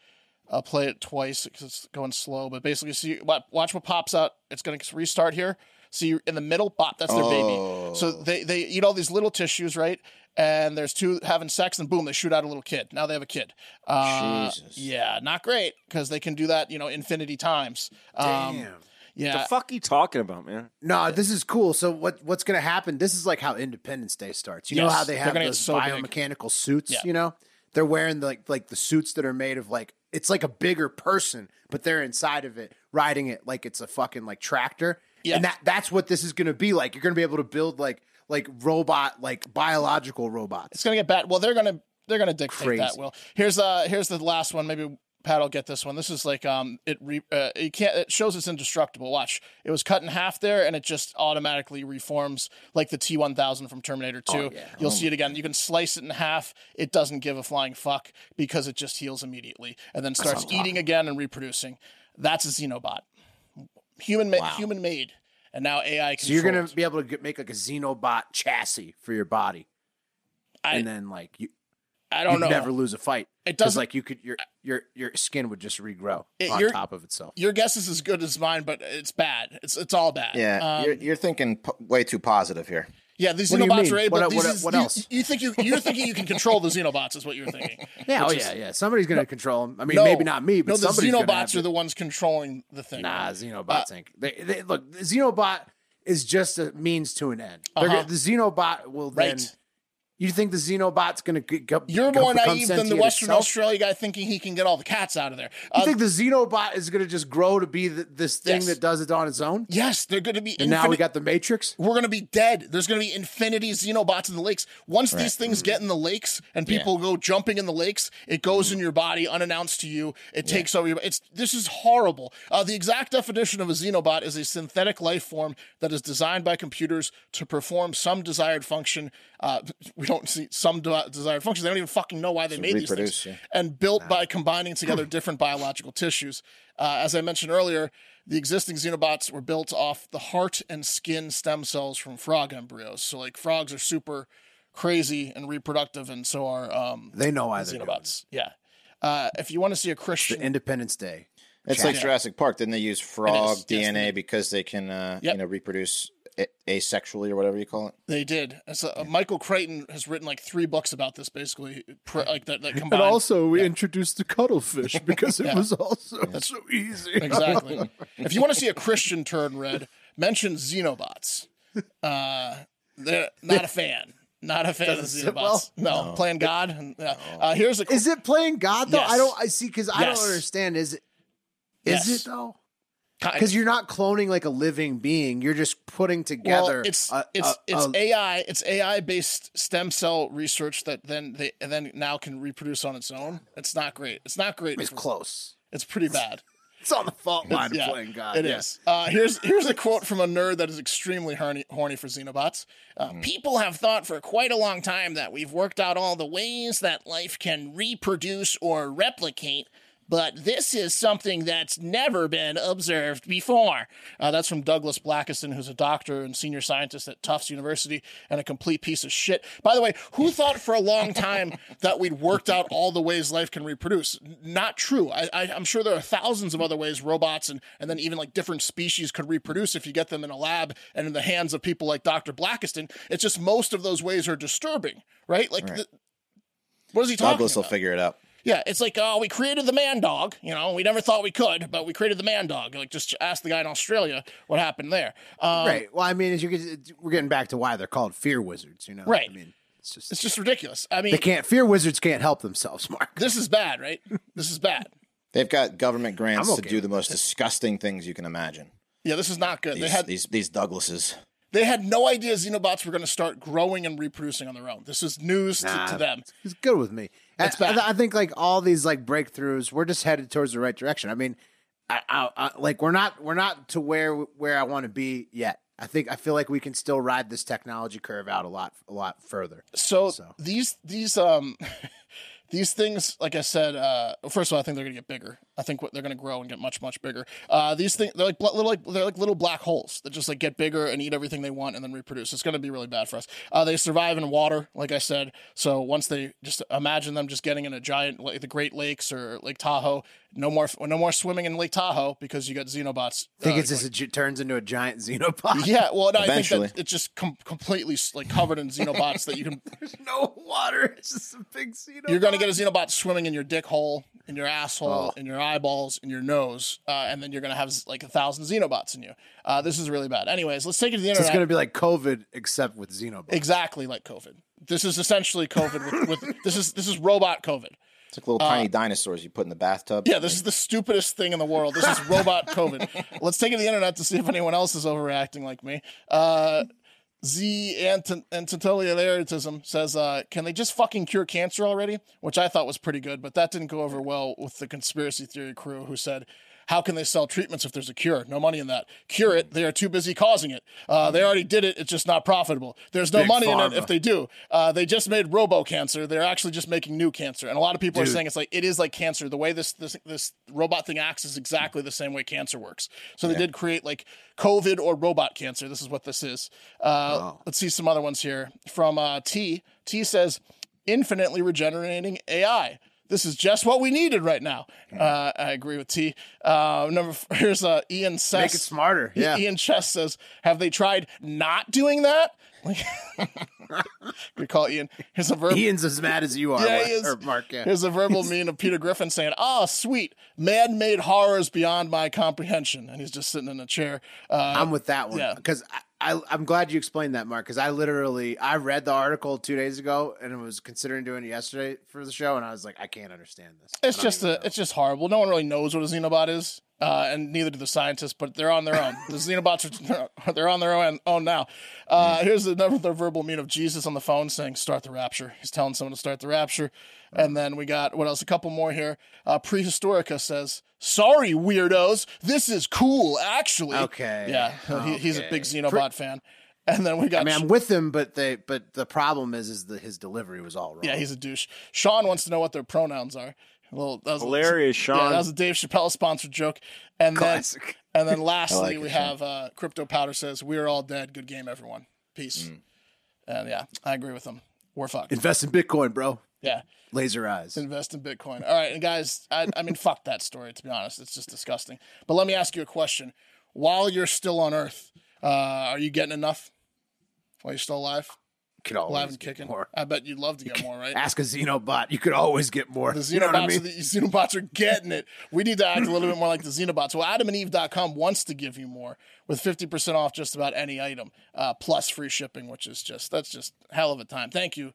I'll play it twice because it's going slow. But basically, see wa- watch what pops out. It's going to restart here. See in the middle, pop. That's their baby. So they they eat all these little tissues, right? And there's two having sex, and boom, they shoot out a little kid. Now they have a kid. Uh,
Jesus.
Yeah, not great because they can do that, you know, infinity times. Um,
Damn.
Yeah.
The fuck you talking about, man?
No, this is cool. So what what's going to happen? This is like how Independence Day starts. You know
Yes,
how they
they're
have
gonna get
those
so big.
biomechanical suits.
Yeah.
You know they're wearing the, like like the suits that are made of like it's like a bigger person, but they're inside of it riding it like it's a fucking like tractor.
Yeah.
and that that's what this is going to be like. You're going to be able to build like like robot like biological
It's
robots.
gonna get bad. Well, they're gonna they're gonna dictate that.
Crazy.
Will here's uh here's the last one. Maybe Pat will get this one. This is like um it re uh, it can't it shows it's indestructible. Watch it was cut in half there, and it just automatically reforms like the T one thousand from Terminator two.
Oh,
You'll see it again. You can slice it in half. It doesn't give a flying fuck because it just heals immediately and then starts eating again and reproducing. That's a xenobot, human ma- human made, and now AI.
So you're going
controlled.
to be able to get, make like a xenobot chassis for your body,
I-
and then like you
I
you'd
don't know.
never lose a fight.
It
'Cause,
doesn't-
like you could your your your skin would just regrow
It-
on
you're-
top of itself.
your guess is as good as mine, but it's bad. It's it's all bad.
Yeah.
Um,
you're, you're thinking po- way too positive here.
yeah. These
What do you
xenobots
mean?
are able.
What-
these
what-
is-
what
you-
else?
You, think you you're thinking you can control the xenobots is what
(laughs)
you're thinking.
Yeah, oh
Which is-
yeah, yeah. Somebody's gonna control him. I mean,
No.
maybe not me, but
no, the
somebody's gonna
xenobots
have
are the uh, ones controlling the
to-
thing.
nah xenobots. ain't they, they, look, the xenobot is just a means to an end. They're
Uh-huh.
gonna- The xenobot will then
Right.
You think the Xenobot's going to go?
You're
go
more
become
naive than the
sentient
Western
itself?
Australia guy thinking he can get all the cats out of there.
You
Uh,
think the Xenobot is going to just grow to be th this thing
Yes.
that does it on its own?
yes, they're going to be.
And now we
infinite-
got the Matrix.
we're going to be dead. There's going to be infinity xenobots in the lakes. Once these things
Mm-hmm.
get in the lakes and people go jumping in the lakes, it goes in your body unannounced to you. It takes over your. It's this is horrible. Uh, the exact definition of a xenobot is a synthetic life form that is designed by computers to perform some desired function. Uh, (laughs) we don't see some de- desired functions. They don't even fucking know why they made these
reproduce,
things.
yeah.
And built by combining together different biological tissues. Uh, as I mentioned earlier, the existing xenobots were built off the heart and skin stem cells from frog embryos. So, like, frogs are super crazy and reproductive, and so are um,
They know why they're doing
xenobots. Yeah. Uh, if you want to see a Christian,
it. Independence Day.
It's like Jurassic Park. Didn't they use frog
yes, they
DNA because they can, uh,
Yep.
you know, reproduce a- asexually or whatever you call it?
they did. As, uh, Michael Crichton has written like three books about this, basically, pr- like that, that combined.
we introduced the cuttlefish because
(laughs)
it was also so easy.
exactly. (laughs) if you want to see a Christian turn red, mention Xenobots. Uh, they're not a fan. Not a fan
sit
of
well?
Xenobots. no, playing God. and, uh, uh, here's a
Is it playing God though? I
Yes.
don't. I see because I
Yes.
don't understand. Is it? Is
Yes.
it though?
kind-
Because you're not cloning like a living being. You're just putting together. Uh, um,
Well, it's
a-
it's
a-
it's
a-
AI. It's AI based stem cell research that then they and then now can reproduce on its own. It's not great. It's not great.
it's close.
It's pretty bad.
It's on the fault line
Yeah,
of playing God.
It
yeah.
is. Uh, here's here's a quote from a nerd that is extremely horny, horny for Xenobots. Uh,
Mm-hmm.
People have thought for quite a long time that we've worked out all the ways that life can reproduce or replicate. But this is something that's never been observed before. Uh, that's from Douglas Blackiston, who's a doctor and senior scientist at Tufts University and a complete piece of shit. By the way, who thought for a long time that we'd worked out all the ways life can reproduce? N- Not true. I, I, I'm sure there are thousands of other ways robots and, and then even like different species could reproduce if you get them in a lab and in the hands of people like Dr. Blackiston. It's just most of those ways are disturbing, right? Like, th- what is he talking
Douglas will
about?
figure it out.
Yeah, it's like, oh, we created the man dog. You know, we never thought we could, but we created the man dog. Like, just ask the guy in Australia what happened there. Um,
right. Well, I mean, as you get, we're getting back to why they're called fear wizards. You know.
Right.
I mean, it's just
It's just ridiculous. I mean,
they can't. Fear wizards can't help themselves, (laughs) Mark.
this is bad, right? This is bad.
They've got government grants
I'm okay
to do
with
the most disgusting things you can imagine.
Yeah, this is not good.
These
they had
these, these Douglases.
they had no idea xenobots were going to start growing and reproducing on their own. This is news to- to, them.
It's good with me. That's I,
bad.
I think like all these like breakthroughs, we're just headed towards the right direction. I mean, I, I, I like we're not we're not to where where I want to be yet. I think I feel like we can still ride this technology curve out a lot a lot further.
So,
So.
these these um (laughs) these things, like I said, uh, first of all, I think they're going to get bigger. I think what- they're going to grow and get much much bigger. Uh, these things they're like bl- little like they're like little black holes that just like get bigger and eat everything they want and then reproduce. It's going to be really bad for us. Uh, they survive in water, like I said. So once they just imagine them just getting in a giant like the Great Lakes or Lake Tahoe, no more no more swimming in Lake Tahoe because you got xenobots.
I think
uh,
it's just it ju- turns into a giant xenopod.
Yeah, well, no, I think
Eventually.
that it's just com- completely like covered in xenobots that you can.
There's (laughs) no water. It's just a big xenopod.
You're gonna get a xenobot swimming in your dick hole, in your
Oh.
asshole, in your eyeballs, in your nose, uh, and then you're gonna have like a thousand xenobots in you. Uh, this is really bad. Anyways, let's take it to the
It's
internet.
gonna be like COVID except with xenobots.
exactly like COVID. This is essentially COVID with, with this is this is robot COVID.
It's like little tiny dinosaurs you put in the bathtub.
Uh, Yeah, this is the stupidest thing in the world. This is robot COVID. Let's take it to the internet to see if anyone else is overreacting like me. Uh, Z Anton- Antitoliarianism says, uh, "Can they just fucking cure cancer already?" Which I thought was pretty good, but that didn't go over well with the conspiracy theory crew who said. How can they sell treatments if there's a cure? No money in that. Cure it. They are too busy causing it. Uh, they already did it. It's just not profitable. There's no money in it if they do. Uh, they just made robo cancer. They're actually just making new cancer. And a lot of people are saying it's like it is like cancer. The way this this this robot thing acts is exactly the same way cancer works. So they did create like COVID or robot cancer. This is what this is. Uh, Let's see some other ones here from uh, T. T says infinitely regenerating AI. This is just what we needed right now.
Hmm.
Uh, I agree with T. Uh, number four, (laughs) here's uh, Ian Sess. (laughs)
Make it smarter.
I-
Yeah.
Ian Chess says, "Have they tried not doing that? (laughs) Good call, Ian. Here's a verb.
Ian's as mad as you are,
Yeah,
Mark-
he is.
or Mark. Yeah.
Here's
(laughs)
a verbal mean of Peter Griffin saying, "Ah, sweet, man-made horrors beyond my comprehension," and he's just sitting in a chair. Uh,
I'm with that one
Yeah.
because I, I I'm glad you explained that, Mark. Because I literally I read the article two days ago and was considering doing it yesterday for the show, and I was like, I can't understand this.
it's just a, it's just horrible. No one really knows what a xenobot is, uh, and neither do the scientists. But they're on their own.
(laughs)
the xenobots are they're on their own, own now. Uh,
Hmm.
here's another verbal mean of Jesus on the phone saying, "Start the rapture." He's telling someone to start the rapture,
Hmm.
and then we got what else? A couple more here. Uh, Prehistorica says. Sorry, weirdos. This is cool, actually.
Okay.
Yeah, he, he's a big Xenobot fan. And then we got
I mean, I'm with him, but they but the problem is is that his delivery was all wrong.
Yeah, he's a douche. Sean wants to know what their pronouns are. Well, that was
Hilarious,
yeah,
Sean.
that was a Dave Chappelle sponsored joke. And
(laughs) Classic.
then,
(laughs)
and then lastly,
it,
we
Sean.
have uh, Crypto Powder says, "We're all dead. Good game, everyone. Peace."
Mm.
And yeah, I agree with him. We're fucked.
Invest in Bitcoin, bro.
Yeah,
Laser eyes.
invest in Bitcoin. All right, and guys, I, I mean, fuck that story. To be honest, it's just disgusting. But let me ask you a question: While you're still on Earth, uh, are you getting enough? While you're still alive,
Could always
alive and
get
kicking.
more.
I bet you'd love to
(laughs)
get more, right?
Ask a Xenobot. You could always get more.
The
(laughs) you know
Xenobots,
what I
are,
mean?
the Xenobots are getting it. We need to act a little bit more like the Xenobots. Well, adamandeve.com wants to give you more with 50% off just about any item, uh, plus free shipping, which is just, that's just hell of a time. Thank you,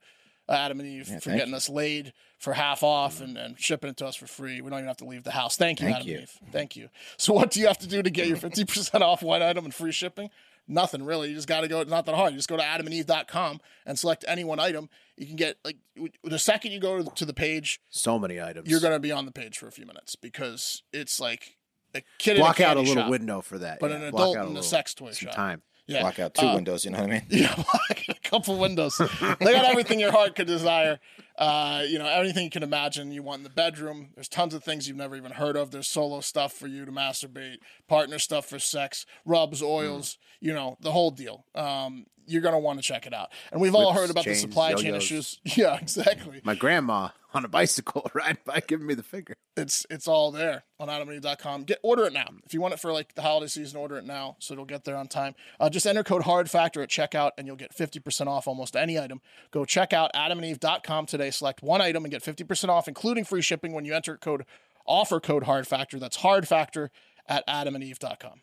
uh, Adam and Eve, for getting us laid for half off and, and shipping it to us for free. We don't even have to leave the house. Thank you,
Thank
Adam
you.
and Eve. Thank you. So, what do you have to do to get your 50% off one item and free shipping? Nothing really. You just got to go. It's not that hard. You just go to adamandeve.com and select any one item. You can get, like, w- the second you go to the page,
So many items.
you're going to be on the page for a few minutes because it's like a kid
block
in a
out a
candy
little
shop,
window for that.
but
yeah,
an
block
adult
out
in a
little-
sex toy
some
shop.
time.
Yeah,
Block out two windows. You know what I mean?
(laughs) yeah, block a couple windows. they got everything your heart could desire. Uh, you know, everything you can imagine you want in the bedroom. There's tons of things you've never even heard of. There's solo stuff for you to masturbate, partner stuff for sex, rubs,
Mm.
oils. You know, the whole deal. Um, you're gonna want to check it out. And we've all
Whips,
heard about
chains,
the supply chain
yo-yos.
issues. (laughs) Yeah, exactly.
My grandma on a bicycle (laughs) riding by giving me the finger.
it's it's all there on adamandeve.com. Get order it now. If you want it for like the holiday season, order it now so it'll get there on time. Uh, just enter code hard factor at checkout and you'll get 50% off almost any item. Go check out adamandeve.com today, select one item and get 50% off including free shipping when you enter code offer code hard factor. That's hard factor at adamandeve.com.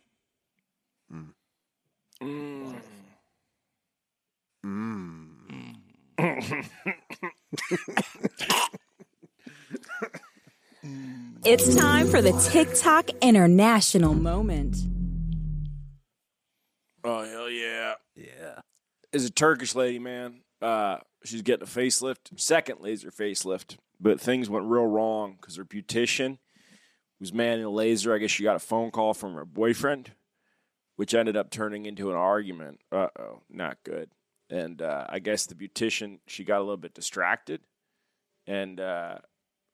It's time for the TikTok International Moment.
Oh hell yeah. Yeah. Is a Turkish lady, man. Uh, she's getting a facelift, second laser facelift, but things went real wrong because her beautician was manning a laser. I guess she got a phone call from her boyfriend, which ended up turning into an argument. Uh oh, not good. And uh, I guess the beautician she got a little bit distracted, and uh,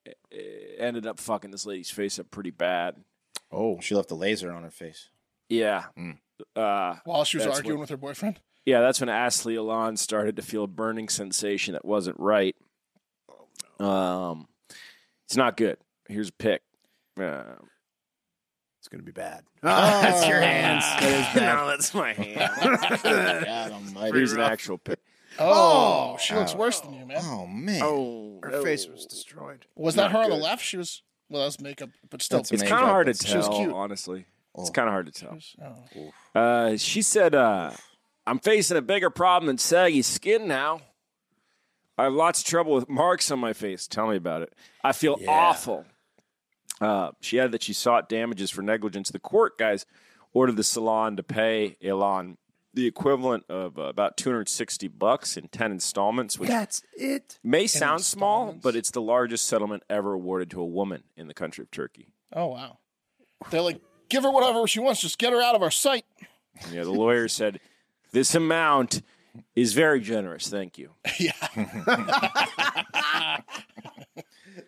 it- it ended up fucking this lady's face up pretty bad.
Oh, she left a laser on her face.
Yeah. Uh,
While she was
That's
arguing
what-
with her boyfriend.
yeah, that's when Ashley Alon started to feel a burning sensation that wasn't right. Um, it's not good. Here's a pic. Uh,
It's gonna be bad. Oh,
Ah.
that's your
(laughs)
hands. (laughs)
(laughs)
(laughs)
no, that's my (laughs) hand.
God almighty.
Here's an actual pic.
Oh, she looks worse than you, man.
Oh man.
Oh,
Her face was destroyed.
Was that
Not
her on the
good.
left? She was well, that's makeup, but still.
That's
It's
Amazing.
kind of hard to
She was
tell,
cute.
honestly. It's
Oh.
kind of hard to tell.
Oh.
Uh, she said, uh, I'm facing a bigger problem than saggy skin now. I have lots of trouble with marks on my face. Tell me about it. I feel awful. Uh, she added that she sought damages for negligence. The court, guys, ordered the salon to pay Elon the equivalent of uh, about 260 bucks in 10 installments, which
That's it.
may sound small, but it's the largest settlement ever awarded to a woman in the country of Turkey.
Oh wow. They're like, give her whatever she wants, just get her out of our sight.
Yeah, the lawyer said this amount is very generous. Thank
(laughs)
you.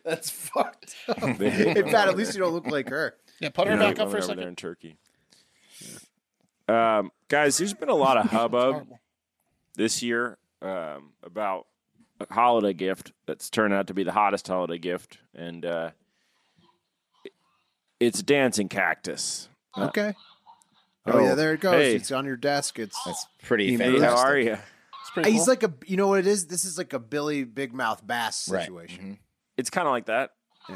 That's fucked. Up.
They hate
(laughs) In
them
fact,
over
at least you don't look like her.
Yeah, put her
there.
back up
Women
for a
over there
second.
in Turkey. Um, guys, there's been a lot
(laughs)
of hubbub
Horrible.
this year um, about a holiday gift that's turned out to be the hottest holiday gift, and uh, it- it's a dancing cactus.
Okay. Oh, yeah, there it goes.
hey.
It's on your desk. It's
That's pretty
He
Who
fantastic.
are you?
pretty
He's
cool.
like a, you know what it is? This is like a Billy Big Mouth Bass
Right.
situation.
It's kind of like that. Uh,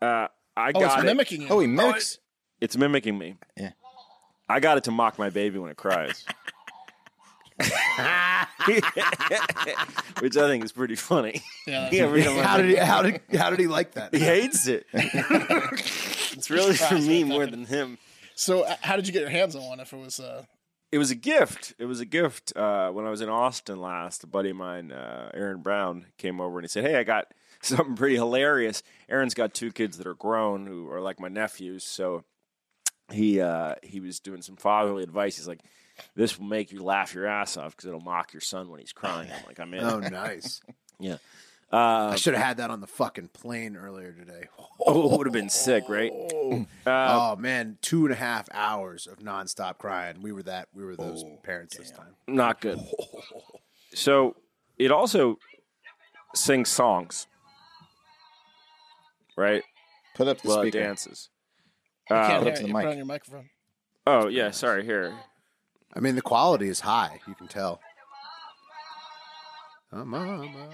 I
oh, it's
got it.
mimicking you.
Oh, he mimics.
it's mimicking me.
Yeah.
I got it to mock my baby when it cries. (laughs) Which I think is pretty funny. (laughs)
yeah, that's-
You ever know,
How did he? How did? How did he like that?
he hates it. it's
(laughs)
really for me more than him.
So, uh, how did you get your hands on one? If it was, uh,
It was a gift. It was a gift. Uh, when I was in Austin last, a buddy of mine, uh, Aaron Brown, came over and he said, "Hey, I got (laughs) something pretty hilarious." Aaron's got two kids that are grown who are like my nephews, so he uh, he was doing some fatherly advice. He's like, "This will make you laugh your ass off because it'll mock your son when he's crying." I'm like, "I'm in."
Oh, nice.
Yeah.
I should have had that on the fucking plane earlier today.
Oh, it would have been sick, right?
oh man, two and a half hours of nonstop crying. We were that. We were
Oh.
those parents this time.
Not good. So it also sings songs, right?
Put up the
Well, it
speaker.
dances.
you
Uh,
can't hear
to
it.
the
You
mic.
put it on your microphone.
oh yeah, sorry. Here,
I mean, the quality is high. You can tell. Oh, mama.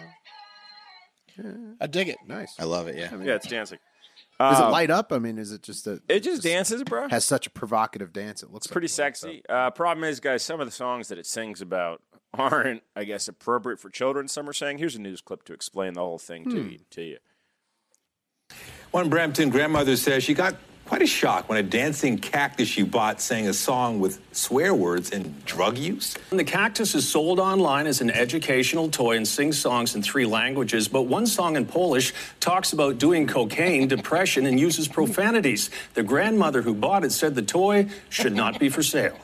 I dig it.
Nice.
I love it. Yeah.
yeah, it's dancing.
Does it
Um,
light up? I mean, is it just that
It just dances, bro.
has such a provocative dance? It looks
It's pretty
like one,
sexy. Uh, problem is, guys, some of the songs that it sings about aren't, I guess, appropriate for children. Some are saying, "Here's a news clip to explain the whole thing to you." To you.
One Brampton grandmother says she got quite a shock when a dancing cactus she bought sang a song with swear words and drug use.
The cactus is sold online as an educational toy and sings songs in three languages, but one song in Polish talks about doing cocaine, depression, and uses profanities. The grandmother who bought it said the toy should not be for sale.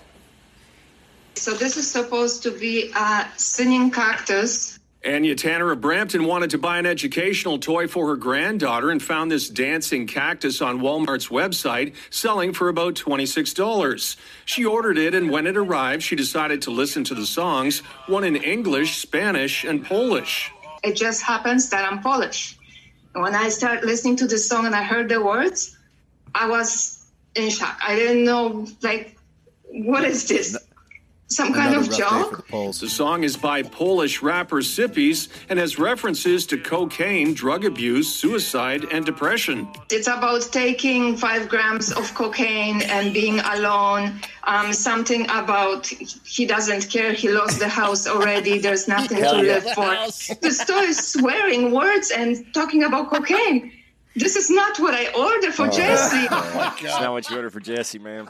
So this is supposed to be a singing cactus.
Anya Tanner of Brampton wanted to buy an educational toy for her granddaughter and found this dancing cactus on Walmart's website, selling for about $26. She ordered it, and when it arrived, she decided to listen to the songs, one in English, Spanish, and Polish.
It just happens that I'm Polish. And When I started listening to the song and I heard the words, I was in shock. I didn't know, like, what is this? Some kind
Another
of
rough day for
joke?
the polls.
The song is by Polish rapper Sippies and has references to cocaine, drug abuse, suicide, and depression.
It's about taking five grams of cocaine and being alone. Um, something about he doesn't care. He lost the house already. There's nothing to live for. The store is swearing words and talking about cocaine. This is not what I ordered
Oh. (laughs)
for Jesse.
It's not what you ordered for Jesse, man.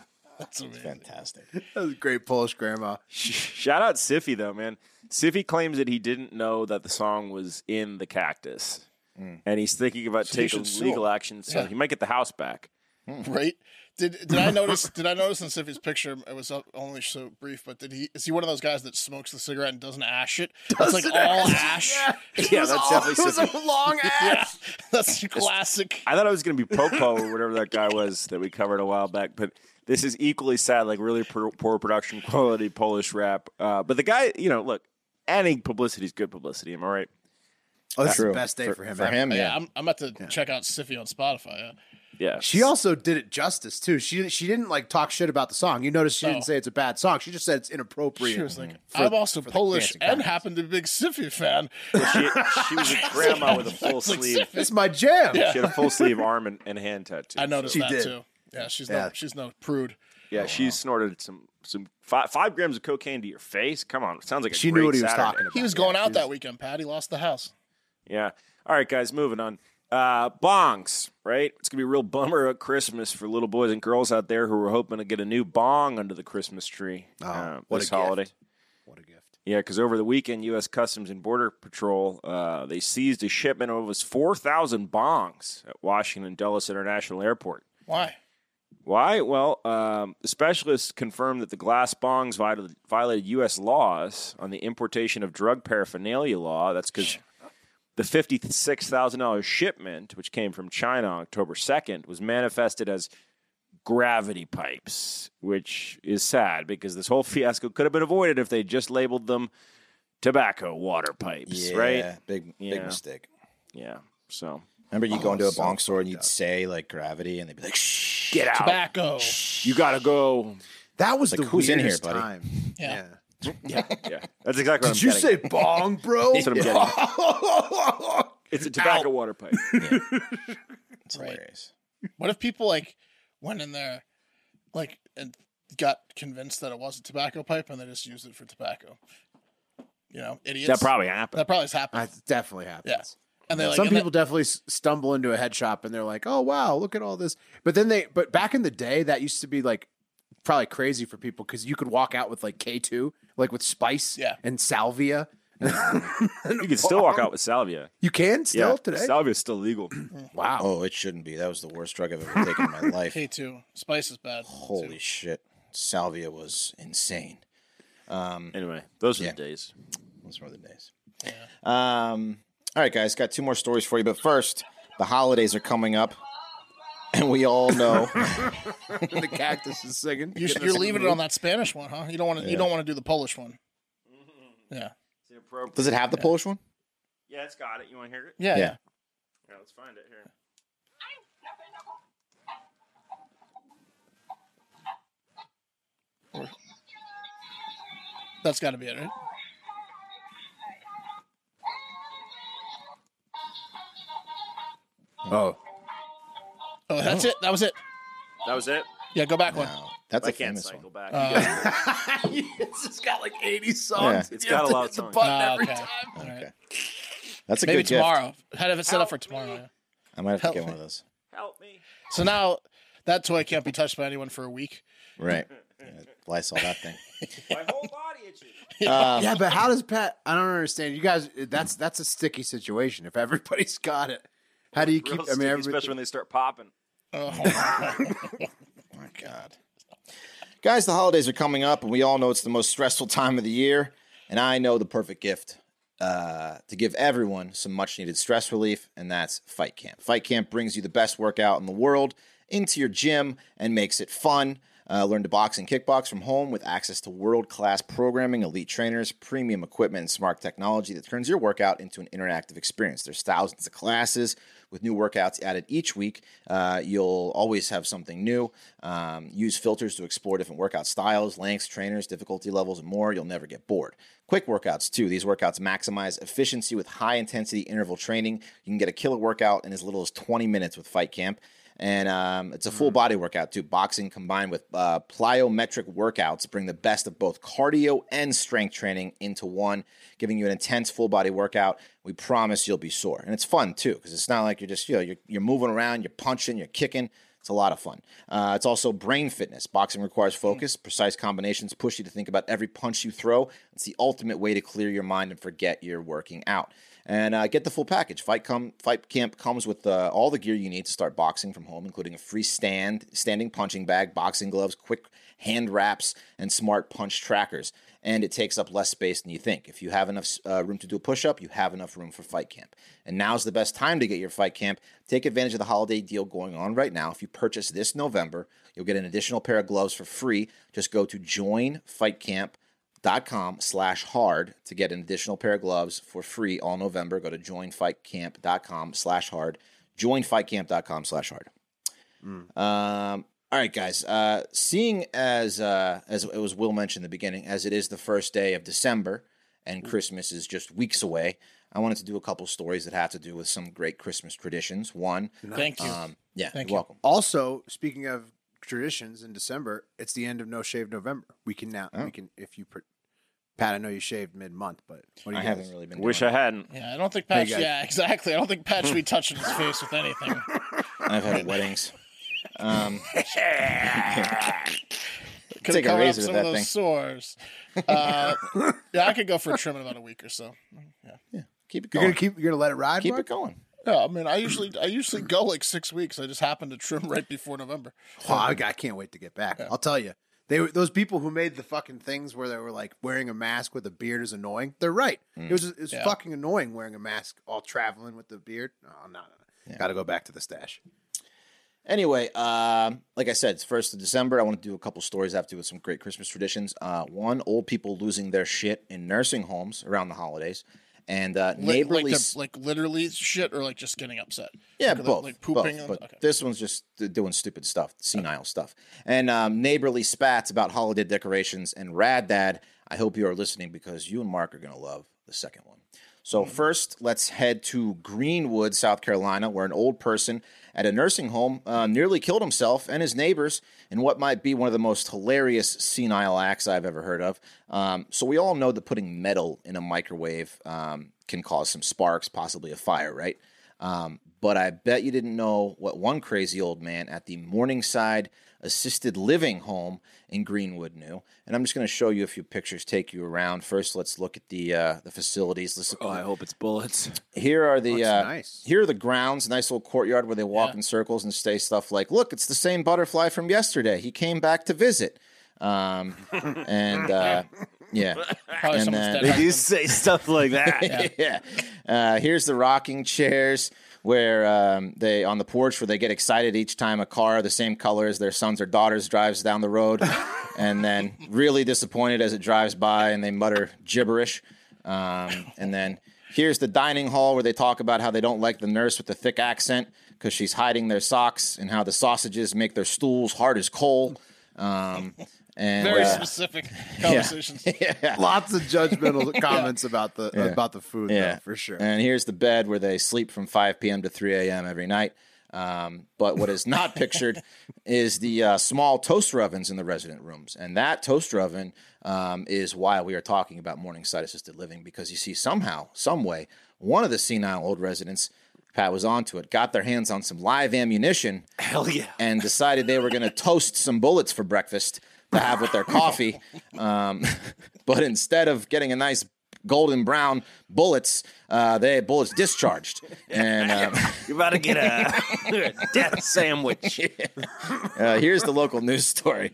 Fantastic.
That was a great Polish grandma.
Shout out Siffy though, man. Siffy claims that he didn't know that the song was in the cactus, and he's thinking about
he
taking
should sue
legal
him.
action, so
Yeah.
he might get the house back.
Right? Did did I notice? did I notice in Siffy's picture? It was up- only so brief, but did he? Is he one of those guys that smokes the cigarette and doesn't ash it? it's like all ash.
Yeah, that's definitely
(laughs)
Siffy.
long ass.
(laughs) That's classic.
I thought it was going to be Popo or whatever that guy was that we covered a while back, but this is equally sad, like really poor, poor production quality Polish rap. Uh, but the guy, you know, look, any publicity is good publicity. Am I right?
Oh, this is
True.
the best day for, him.
For
ever.
him,
Yeah,
yeah.
I'm, I'm about to check out Siffy on Spotify. Yeah.
Yeah.
She also did it justice too. She she didn't like talk shit about the song. You notice she didn't
No.
say it's a bad song. She just said it's inappropriate.
She was like,
Mm-hmm.
"I'm also Polish
dancing (laughs)
and
cactus.
happen to be a big Siffy fan."
she,
(laughs)
she was a grandma with a full sleeve.
"It's my jam."
She had a full sleeve arm and, and hand tattoo.
I noticed
She
that
did.
too. Yeah, she's
Yeah.
no, she's no prude.
Yeah, she snorted some some five, five grams of cocaine to your face. Come on, sounds like a
She
great
knew what he was
Saturday.
talking about.
He was going out that weekend. Pat, he lost the house.
Yeah. All right, guys, moving on. Uh, bongs, right? It's going to be a real bummer at Christmas for little boys and girls out there who are hoping to get a new bong under the Christmas tree uh,
Oh, what
this
a gift.
holiday.
What a gift.
Yeah, because over the weekend, U.S. Customs and Border Patrol uh, they seized a shipment of almost 4,000 bongs at Washington Dulles International Airport.
Why?
Why? Well, um, the specialists confirmed that the glass bongs violated, violated U.S. laws on the importation of drug paraphernalia law. That's because the fifty-six thousand dollars shipment, which came from China on October second, was manifested as gravity pipes, which is sad because this whole fiasco could have been avoided if they just labeled them tobacco water pipes,
Yeah,
right?
Big
Yeah.
big mistake.
Yeah. So
Remember, you go into a bonk store and you'd say like gravity, and they'd be like, "Shh,
get out.
Tobacco.
You gotta go.
That was
Like,
the
who's in here,
weirdest
buddy?
time.
Yeah.
Yeah, yeah. That's exactly what
Did
I'm
you
getting
say
at.
bong, bro?
That's what I'm getting. at. it's a tobacco water pipe.
It's hilarious. What if people like went in there, like and got convinced that it was a tobacco pipe and they just used it for tobacco? You know, idiots.
That probably happened.
That probably has happened.
(laughs) That definitely happens.
Yeah. And they like
Some
and
people definitely s- stumble into a head shop and they're like, "Oh wow, look at all this." But then they, but back in the day, that used to be like probably crazy for people because you could walk out with like K two, like with spice,
Yeah.
and salvia.
You can still walk out with salvia.
You can still
yeah,
today.
Salvia's still legal.
wow.
Oh, it shouldn't be. That was the worst drug I've ever taken in my life.
(laughs) K two spice is bad.
Holy shit. Salvia was insane. Um,
anyway, those were the days.
Those were the days. Um, all right, guys, got two more stories for you. But first, the holidays are coming up, and we all know.
the cactus is singing.
You should, you're leaving it on that Spanish one, huh? You don't want to.
Yeah.
You don't want to do the Polish one. Yeah.
Does it have the Polish one?
Yeah, it's got it. You want to hear it?
Yeah. yeah.
Yeah, let's find it here.
That's got to be it, right?
Oh,
Oh, that's it. That was it.
That was it.
Yeah, go back one.
That's
I
a
can't
famous
cycle
one.
back.
Uh,
it's just got like 80
songs.
It's
You
got
have
a
to
lot of
hit the
songs.
button
Ah,
every
okay.
time.
All right.
That's a
Maybe
good gift.
tomorrow. How to have it set up for tomorrow. yeah.
I might have to
Help
get one
me.
of those.
Help me.
So now that toy can't be touched by anyone for a week.
Right. Yeah, Lysol that thing.
My whole body itches.
Um,
yeah, but how does Pat? I don't understand. You guys, that's that's a sticky situation. If everybody's got it, how do you keep?
Real
I mean,
sticky,
everybody,
especially when they start popping.
Oh,
(laughs) My God. Guys, the holidays are coming up, and we all know it's the most stressful time of the year. And I know the perfect gift uh, to give everyone some much needed stress relief, and that's Fight Camp. Fight Camp brings you the best workout in the world into your gym and makes it fun. Uh, learn to box and kickbox from home with access to world class programming, elite trainers, premium equipment, and smart technology that turns your workout into an interactive experience. There's thousands of classes with new workouts added each week. Uh, you'll always have something new. Um, use filters to explore different workout styles, lengths, trainers, difficulty levels, and more. You'll never get bored. Quick workouts, too. These workouts maximize efficiency with high intensity interval training. You can get a killer workout in as little as 20 minutes with Fight Camp and um, it's a full body workout too. Boxing combined with uh, plyometric workouts bring the best of both cardio and strength training into one, giving you an intense full body workout. We promise you'll be sore, and it's fun too because it's not like you're just you know you're, you're moving around, you're punching, you're kicking. It's a lot of fun. Uh, it's also brain fitness. Boxing requires focus. Precise combinations push you to think about every punch you throw. It's the ultimate way to clear your mind and forget you're working out. And uh, get the full package. Fight, com- Fight Camp comes with uh, all the gear you need to start boxing from home, including a free stand, standing punching bag, boxing gloves, quick hand wraps, and smart punch trackers. And it takes up less space than you think. If you have enough uh, room to do a push up, you have enough room for Fight Camp. And now's the best time to get your Fight Camp. Take advantage of the holiday deal going on right now. If you purchase this November, you'll get an additional pair of gloves for free. Just go to joinfightcamp.com slash hard to get an additional pair of gloves for free all November. Go to joinfightcamp.com slash hard. Joinfightcamp.com slash hard.
Hmm.
Um, all right, guys. Uh, seeing as uh, as it was Will mentioned in the beginning, as it is the first day of December
Hmm.
and Christmas is just weeks away, I wanted to do a couple stories that have to do with some great Christmas traditions. One,
Thank you.
um, yeah,
Thank
you're
you.
welcome.
also speaking of traditions in December, it's the end of No Shave November. We can now
Oh.
we can if you. Per- Pat, I know you shaved mid month, but what do you
I
guys-
haven't really been.
Wish I
doing
hadn't.
Yeah, I don't think
Hey,
Patch.
guys.
yeah, exactly. I don't think Patch
(laughs)
should be touching his face with anything.
it. I've had weddings. Um,
Could
Take a
covered up
razor to
some
that
of those
thing. (laughs)
sores. Uh, yeah, I could go for a trim in about a week or so.
keep it
You're
going.
gonna keep. You're gonna let it ride.
keep
Mark?
it going.
No, I mean, I usually I usually go like six weeks. I just happen to trim right before November.
Oh, I, I can't wait to get back. I'll tell you, they were those people who made the fucking things where they were like wearing a mask with a beard is annoying. They're right. It
Mm.
was it was
Yeah.
fucking annoying wearing a mask all traveling with the beard. Oh no, no, no. got to go back to the stash.
Anyway, um, like I said, it's first of December. I want to do a couple stories after with some great Christmas traditions. Uh, one, old people losing their shit in nursing homes around the holidays, and uh,
Like, like,
neighborly.
they're-
s-
like literally shit, or like just getting upset.
yeah,
Like, they're,
both,
Like pooping.
both,
on-
but
okay.
this one's just d- doing stupid stuff, senile stuff, and um, neighborly spats about holiday decorations and rad dad. I hope you are listening because you and Mark are going to love the second one. So,
Mm-hmm.
first, let's head to Greenwood, South Carolina, where an old person at a nursing home uh, nearly killed himself and his neighbors in what might be one of the most hilarious senile acts I've ever heard of. Um, so, we all know that putting metal in a microwave um, can cause some sparks, possibly a fire, right? Um, but I bet you didn't know what one crazy old man at the Morningside Assisted Living Home in Greenwood knew. And I'm just going to show you a few pictures, take you around. First, let's look at the uh, the facilities. Let's
Oh, I hope it's bullets.
Here are the
Oh, it's
uh,
nice.
here are the grounds. Nice little courtyard where they walk in circles and say stuff like, "Look, it's the same butterfly from yesterday. He came back to visit."
(laughs)
Um, and uh, yeah,
Probably
and
someone's dead They do husband. (laughs) say stuff like that.
yeah. Uh, here's the rocking chairs where um, they on the porch where they get excited each time a car the same color as their sons or daughters drives down the road, and then really disappointed as it drives by and they mutter gibberish. Um, and then here's the dining hall where they talk about how they don't like the nurse with the thick accent because she's hiding their socks and how the sausages make their stools hard as coal. Um, and
Very
uh, (laughs)
specific conversations.
yeah.
Lots of judgmental (laughs)
(laughs) Yeah.
comments about the
Yeah.
about the food,
Yeah.
though, for sure.
And here's the bed where they sleep from 5 p.m. to 3 a.m. every night. Um, but what is not
(laughs)
pictured is the uh, small toaster ovens in the resident rooms. And that toaster oven um, is why we are talking about Morningside Assisted Living because you see, somehow, some way, one of the senile old residents, Pat was onto it, got their hands on some live ammunition.
Hell yeah.
And decided they were going to toast some bullets for breakfast to have with their coffee. Um, (laughs) but instead of getting a nice golden brown bullets, uh, they had bullets discharged. And um,
You're about to get a death sandwich.
(laughs) uh, here's the local news story.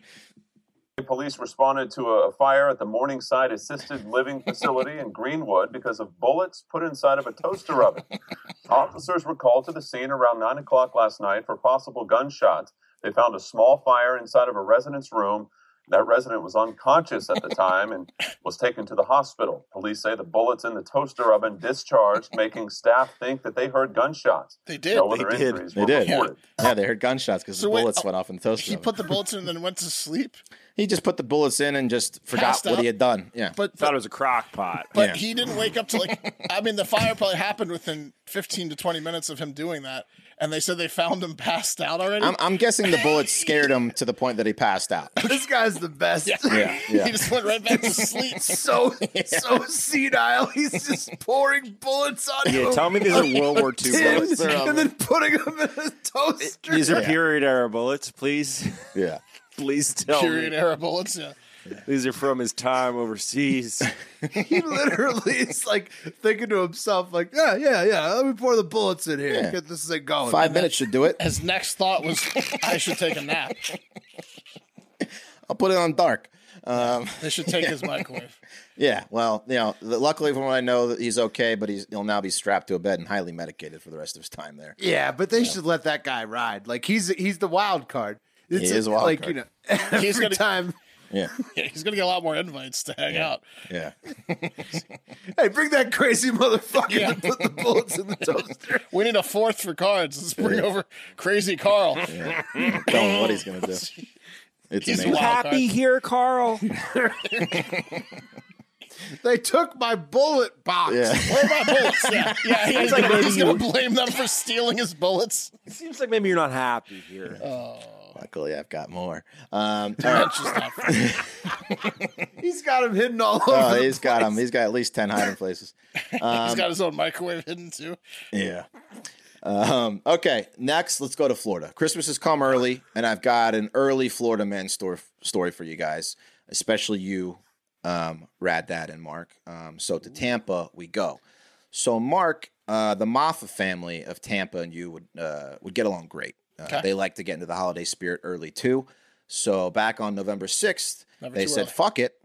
Police responded to a fire at the Morningside Assisted
(laughs)
Living Facility in Greenwood because of bullets put inside of a toaster oven. Officers were called to the scene around 9 o'clock last night for possible gunshots. They found a small fire inside of a resident's room. That resident was unconscious at the time and was taken to the hospital. Police say the bullets in the toaster oven discharged, making staff think that they heard gunshots.
They did.
No
they
other
did.
injuries
They
were
did.
reported.
Yeah, they heard gunshots because
So
the
wait,
bullets went off in the toaster
He
oven.
put the bullets in and then went to sleep.
he just put the bullets in and just forgot
Passed
what
out.
he had done. Yeah.
But-
Thought it was a crock pot.
But he didn't wake up till like I mean the fire probably happened within 15 to 20 minutes of him doing that and they said they found him passed out already.
I'm, I'm guessing the bullets scared him to the point that he passed
(laughs)
out.
This guy's the best.
Yeah, yeah.
He just went right back
(laughs)
to sleep. (laughs)
so so senile. He's just pouring bullets on
Yeah,
him.
tell me these
(laughs)
are World War II
Tin,
bullets. They're
(laughs)
on
and then putting them in a toaster.
These are period era bullets, please. (laughs)
Yeah.
please tell
Period
me.
era bullets. Yeah.
These are from his time overseas.
he literally is like thinking to himself, like, yeah, yeah, yeah. Let me pour the bullets in here.
Yeah.
Get this thing going.
Five minutes should do it.
His next thought was I should take a nap.
I'll put it on dark. Um,
They should take his
(laughs)
microwave.
Yeah, well, you know, th- luckily from what I know, that he's okay, but he's, he'll now be strapped to a bed and highly medicated for the rest of his time there.
Yeah, but they should let that guy ride. Like he's he's the wild card. It's
is a wild
like
card.
you know every
He's gonna-
time.
Yeah,
Yeah, (laughs) he's going to get a lot more invites to hang out.
(laughs) yeah.
Hey, bring that crazy motherfucker to
Yeah.
put the bullets in the toaster.
We need a fourth for cards. Let's bring over Crazy
(laughs)
Carl.
Don't know what he's gonna do. It's
He's
amazing.
wild. Happy
here, Carl?
They took my bullet box.
Yeah.
Where are my bullets? Yeah, yeah he- he's,
like
gonna- he's
maybe
going to
you-
blame them for stealing his
(laughs)
bullets.
It seems like maybe you're not happy here.
Luckily, I've got more. Um, all
(laughs)
right.
That's just not fair.
He's got him hidden all over.
Oh,
the
he's got him. He's got at least ten hiding places.
Um,
he's got his own microwave hidden too.
Yeah. Um, okay, next, let's go to Florida. Christmas has come early, and I've got an early Florida man story, story for you guys, especially you, um, Rad Dad and Mark. Um, so to Tampa we go. So Mark, uh, the Maffa family of Tampa and you would uh, would get along great. Uh,
Okay.
They like to get into the holiday spirit early too. So back on November sixth,
Never
they
too
said,
early.
"Fuck it,"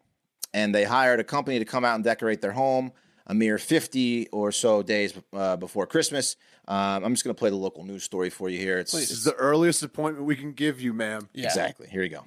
and they hired a company to come out and decorate their home a mere 50 or so days uh, before Christmas. Um, I'm just going to play the local news story for you here. It's
This is the earliest appointment we can give you, ma'am.
Yeah.
exactly here you go.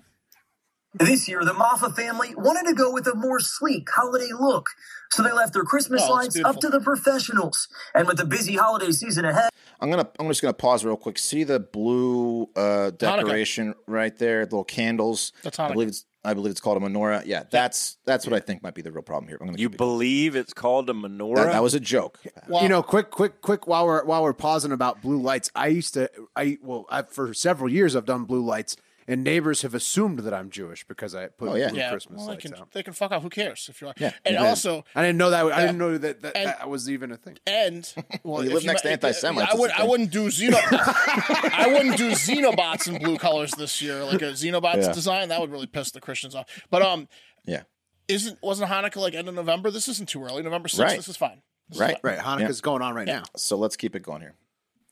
This year, the Maffa family wanted to go with a more sleek holiday look, so they left their Christmas
Oh, it's
lights up to the professionals. And with the busy holiday season ahead,
I'm gonna. I'm just gonna pause real quick. See the blue uh, decoration right there, little candles.
That's
I
Hanukkah.
believe it's I believe it's called a menorah. Yeah, that's that's what I think might be the real problem here. I'm gonna
You believe it's called a menorah?
that, that was a joke.
you know, quick, quick, quick. While we're while we're pausing about blue lights, I used to, I well, I, for several years, I've done blue lights, and neighbors have assumed that I'm Jewish because I put blue Christmas
well, they,
lights
can,
out.
they can fuck out. Who cares if you're?
Yeah,
and
you did.
also,
I didn't know that. I
Yeah.
didn't know that that,
And-
that was even a thing. (laughs)
And well,
you
if
live next to
if-
anti-Semites,
I would.
it's a
I
thing.
wouldn't do xeno.
(laughs)
I wouldn't do xenobots in blue colors this year, like a xenobots
Yeah.
design. That would really piss the Christians off. But um,
Yeah.
isn't wasn't Hanukkah like end of November? This isn't too early. November sixth.
Right.
This is fine. This is
Right,
fine.
Yeah.
going on right
Yeah. now.
So let's keep it going here.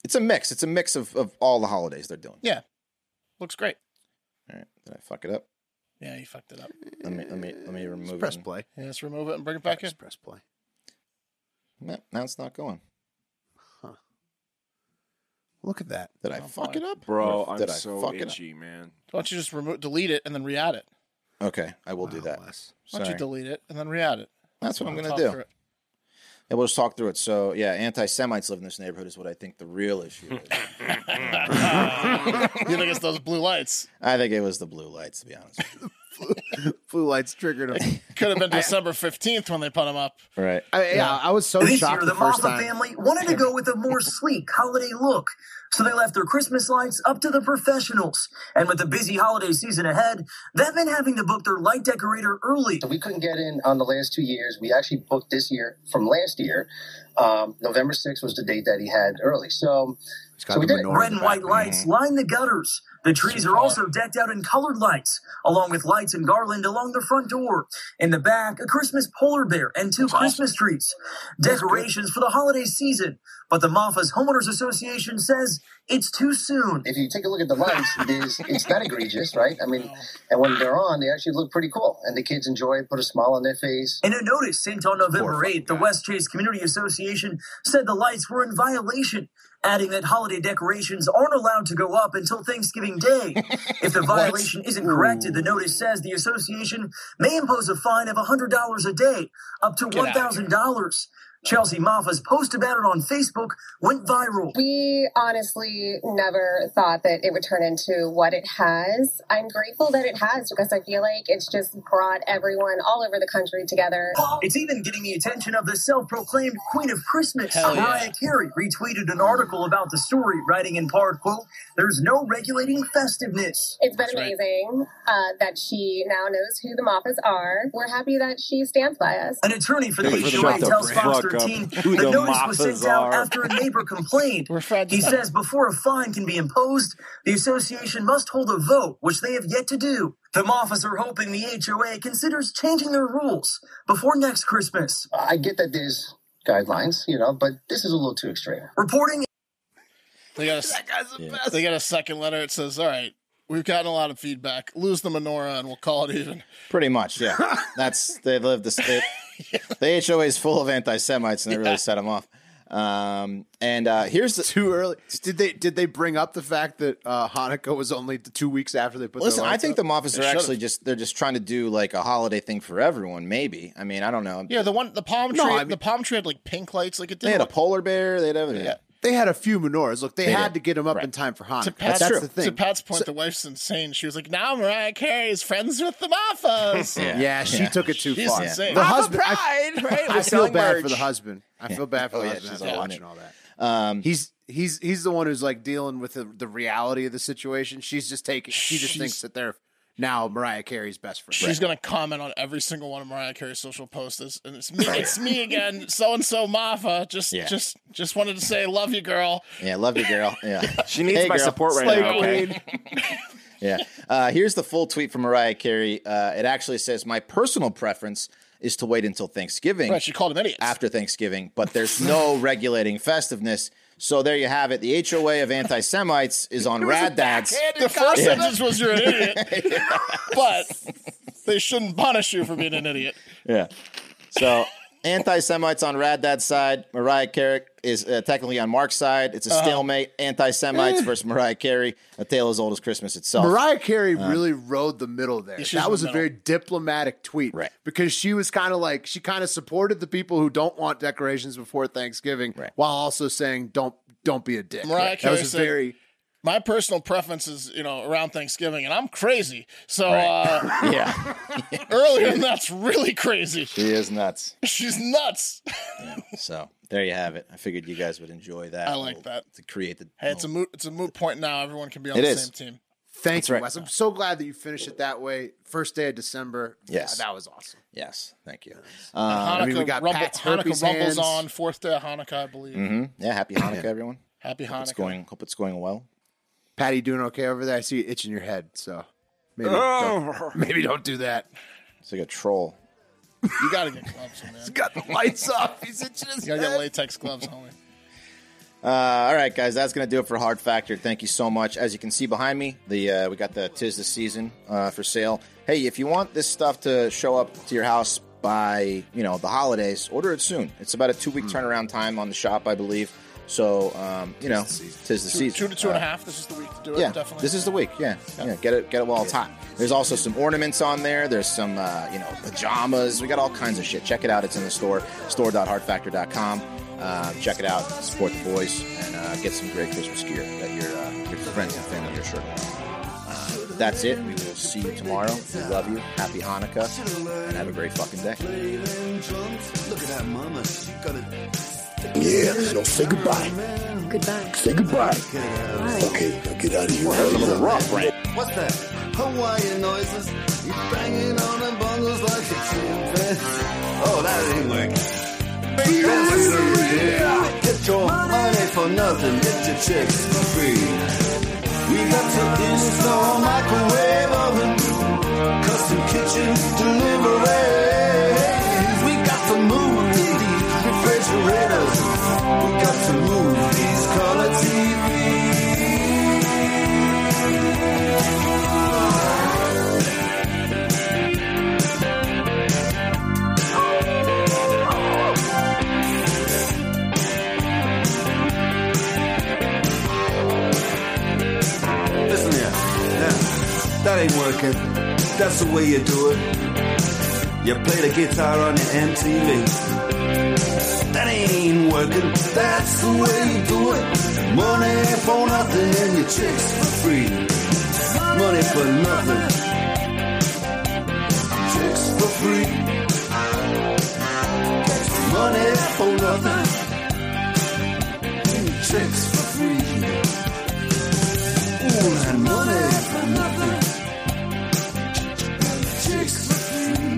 It's a mix. It's a mix of, of all the holidays they're doing.
Yeah, looks great.
All right, did I fuck it up?
Yeah, you fucked it up.
Let me let me let me remove it.
press
and-
play.
Yeah, let's remove it and bring it back in.
Press play.
No, now it's not going.
Look at that.
Did I
Oh,
fuck it up,
Bro,
Or
I'm
did I
so
fuck it up?
itchy, man.
Why don't you just remove, delete it, and then re-add it?
Okay, I will do that.
Why don't you
Sorry.
delete it and then re-add it?
That's what
We'll
I'm gonna
talk
do.
through it.
Yeah, we'll just talk through it. So yeah, anti-Semites live in this neighborhood is what I think the real issue is.
you think it's those blue lights?
I think it was the blue lights, to be honest. with
Blue lights triggered (laughs) him.
(laughs)
Could have been December fifteth when they put them up.
you. Right.
I, yeah, I was so
this
shocked
year,
the,
the,
first
Moffa
time.
family wanted to go with a more sleek holiday look, so they left their Christmas lights up to the professionals. And with the busy holiday season ahead, they've been having to book their light decorator early.
So we couldn't get in on the last two years. We actually booked this year from last year. Um, November 6th was the date that he had early. So,
got
so we
the
did it.
menorah in
Red
the
and white
background.
lights line the gutters. The trees are also decked out in colored lights, along with lights and garland along the front door. In the back, a Christmas polar bear and two Christmas trees. Decorations for the holiday season. But the Maffa's Homeowners Association says it's too soon. if you take a look at the lights, it is, it's not egregious, right? I mean, and when they're on, they actually look pretty cool. And the kids enjoy it, put a smile on their face.
In a notice sent on November 8th, the West Chase Community Association said the lights were in violation, adding that holiday decorations aren't allowed to go up until Thanksgiving Day. if the violation isn't corrected, the notice says the association may impose a fine of $100 a day, up to $1,000. Chelsea Maffa's post about it on Facebook went viral.
We honestly never thought that it would turn into what it has. I'm grateful that it has because I feel like it's just brought everyone all over the country together.
It's even getting the attention of the self-proclaimed Queen of Christmas.
Hell yeah.
Mariah Carey retweeted an article about the story, writing in part, quote, there's no regulating festiveness.
It's been amazing uh, that she now knows who the Moffats are. We're happy that she stands by us.
An attorney for the
Thank you for
HOA
the
tells Fox
fuck up
13
who
the
the
notice was sent
Moffats
out
are.
after a neighbor complained. he
to-
says before a fine can be imposed, the association must hold a vote, which they have yet to do. The Moffats are hoping the HOA considers changing their rules before next Christmas.
I get that there's guidelines, you know, but this is a little too extreme.
Reporting
They got a, that guy's the best. They got a second letter. It says, "All right, we've gotten a lot of feedback. Lose the menorah, and we'll call it even."
Pretty much, yeah. That's they live the state. The HOA is full of anti-Semites, and they really set them off. Um, and uh, here's the
too early. Did they did they bring up the fact that uh, Hanukkah was only t- two weeks after they put? their
Listen, I
lights
think
up?
the Moffats
They
are
should've.
actually just they're just trying to do like a holiday thing for everyone. Maybe I mean I don't know.
Yeah, the one, the palm tree,
No, I mean-
the palm tree had like pink lights, like it did.
They had a polar bear. They had everything.
They had a few menorahs. Look, they,
They
had
did.
to get them up in time for Hanukkah.
to
That's,
Pat's,
that's the thing.
to Pat's point, the wife's insane. She was like, "Now Mariah Carey's friends with the Moffas."
yeah. she took it too
She's
far.
insane.
The
Papa
husband,
Pride,
(laughs) I,
right?
I
With
feel
selling
bad
merch.
for the husband. I
Yeah.
feel bad for
Oh,
the
yeah,
husband
she's
after
all in
watching
it.
all that.
Um,
he's he's he's the one who's like dealing with the, the reality of the situation. She's just taking. She just
She's-
thinks that they're now Mariah Carey's best friend.
She's gonna comment on every single one of Mariah Carey's social posts, as- and it's me, it's me again, so and so Maffa. Just,
Yeah.
just, just wanted to say, love you, girl.
Yeah, love you, girl. Yeah,
She needs my support right now, okay?
yeah. Uh, here's the full tweet from Mariah Carey. Uh, it actually says, "My personal preference is to wait until Thanksgiving."
Right, she called him idiots.
(laughs) after Thanksgiving, but there's no regulating festiveness. So there you have it. The HOA of anti-Semites is on rad dads.
The first
Yeah.
sentence was you're an
(laughs)
idiot, but they shouldn't punish you for being an idiot.
Yeah. So anti-Semites on Rad Dad's side. Mariah Carey is uh, technically on Mark's side. It's a
Uh-huh.
stalemate. Anti-Semites
Eh.
versus Mariah Carey. A tale as old as Christmas itself.
Mariah Carey
Uh,
really rode the middle there.
Yeah, she's
that
in
was
the
a very diplomatic tweet, right? Because she was kind of like she kind of supported the people who don't want decorations before Thanksgiving, while also saying don't don't be a dick.
Mariah
that
Carey
was a
said,
very
my personal preference is you know around Thanksgiving, and I'm crazy. So uh,
yeah,
earlier and that's really crazy.
She is nuts.
She's nuts.
So there you have it. I figured you guys would enjoy that.
I like that.
to create the. Oh,
Hey, it's a moot it's a moot point now. Everyone can be on
It
the
is.
same team.
Thank
That's
you,
right.
Wes. I'm so glad that you finished it that way. First day of December.
Yes.
that was awesome.
Yes, thank you. Um,
Hanukkah,
I mean, we got
rumble,
Pat's
Hanukkah
herpes
rumbles
hands.
on fourth day of Hanukkah, I believe.
mhm. Yeah,
(coughs)
happy Hanukkah, everyone.
Happy
Hope it's
Hanukkah.
going. Hope it's going well.
Patty, you doing okay over there? I see you itching your head, so maybe
Oh.
don't, maybe don't do that.
It's like a troll.
You gotta get gloves, man.
(laughs)
He's
got the lights off. He's itching his
You gotta get latex gloves, homie.
Uh, all right, guys, that's gonna do it for Hard Factor. Thank you so much. As you can see behind me, the uh, we got the tis the season uh, for sale. Hey, if you want this stuff to show up to your house by you know the holidays, order it soon. It's about a two
Hmm.
week turnaround time on the shop, I believe. So um, you know, tis the
Two,
season.
two to two and a
Uh,
half. This is the week to do it.
yeah,
definitely.
this is the week. Yeah, yeah, get it, get it while it's hot. There's also some ornaments on there. There's some, uh, you know, pajamas. We got all kinds of shit. Check it out. It's in the store, store.heartfactor.com. Uh, check it out. Support the boys and uh, get some great Christmas gear that your uh, your friends and family are sure to want. Uh, that's it. We will see you tomorrow. We love you. Happy Hanukkah and have a great fucking day.
Look at that mama. She got it. Yeah, don't say goodbye.
Goodbye.
Say goodbye. Okay, now get out of here. I'm gonna rock right
What's that? Hawaiian noises. You banging on them bongos like a chimpanzee. Oh, that ain't working. Get your money for nothing. Get your chicks for free. We got to install microwave oven, custom kitchen deliveries. We got to move these refrigerators. We got to move these color Listen here. Yeah. That ain't working. That's the way you do it. You play the guitar on your MTV. That ain't working. That's the way you do it. Money for nothing and your chicks for free. Money for nothing. Chicks for free. Money for nothing. Chicks for free. Ooh, and money for nothing. Chicks for free.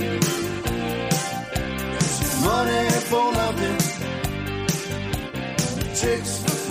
Money for nothing. Chicks for free.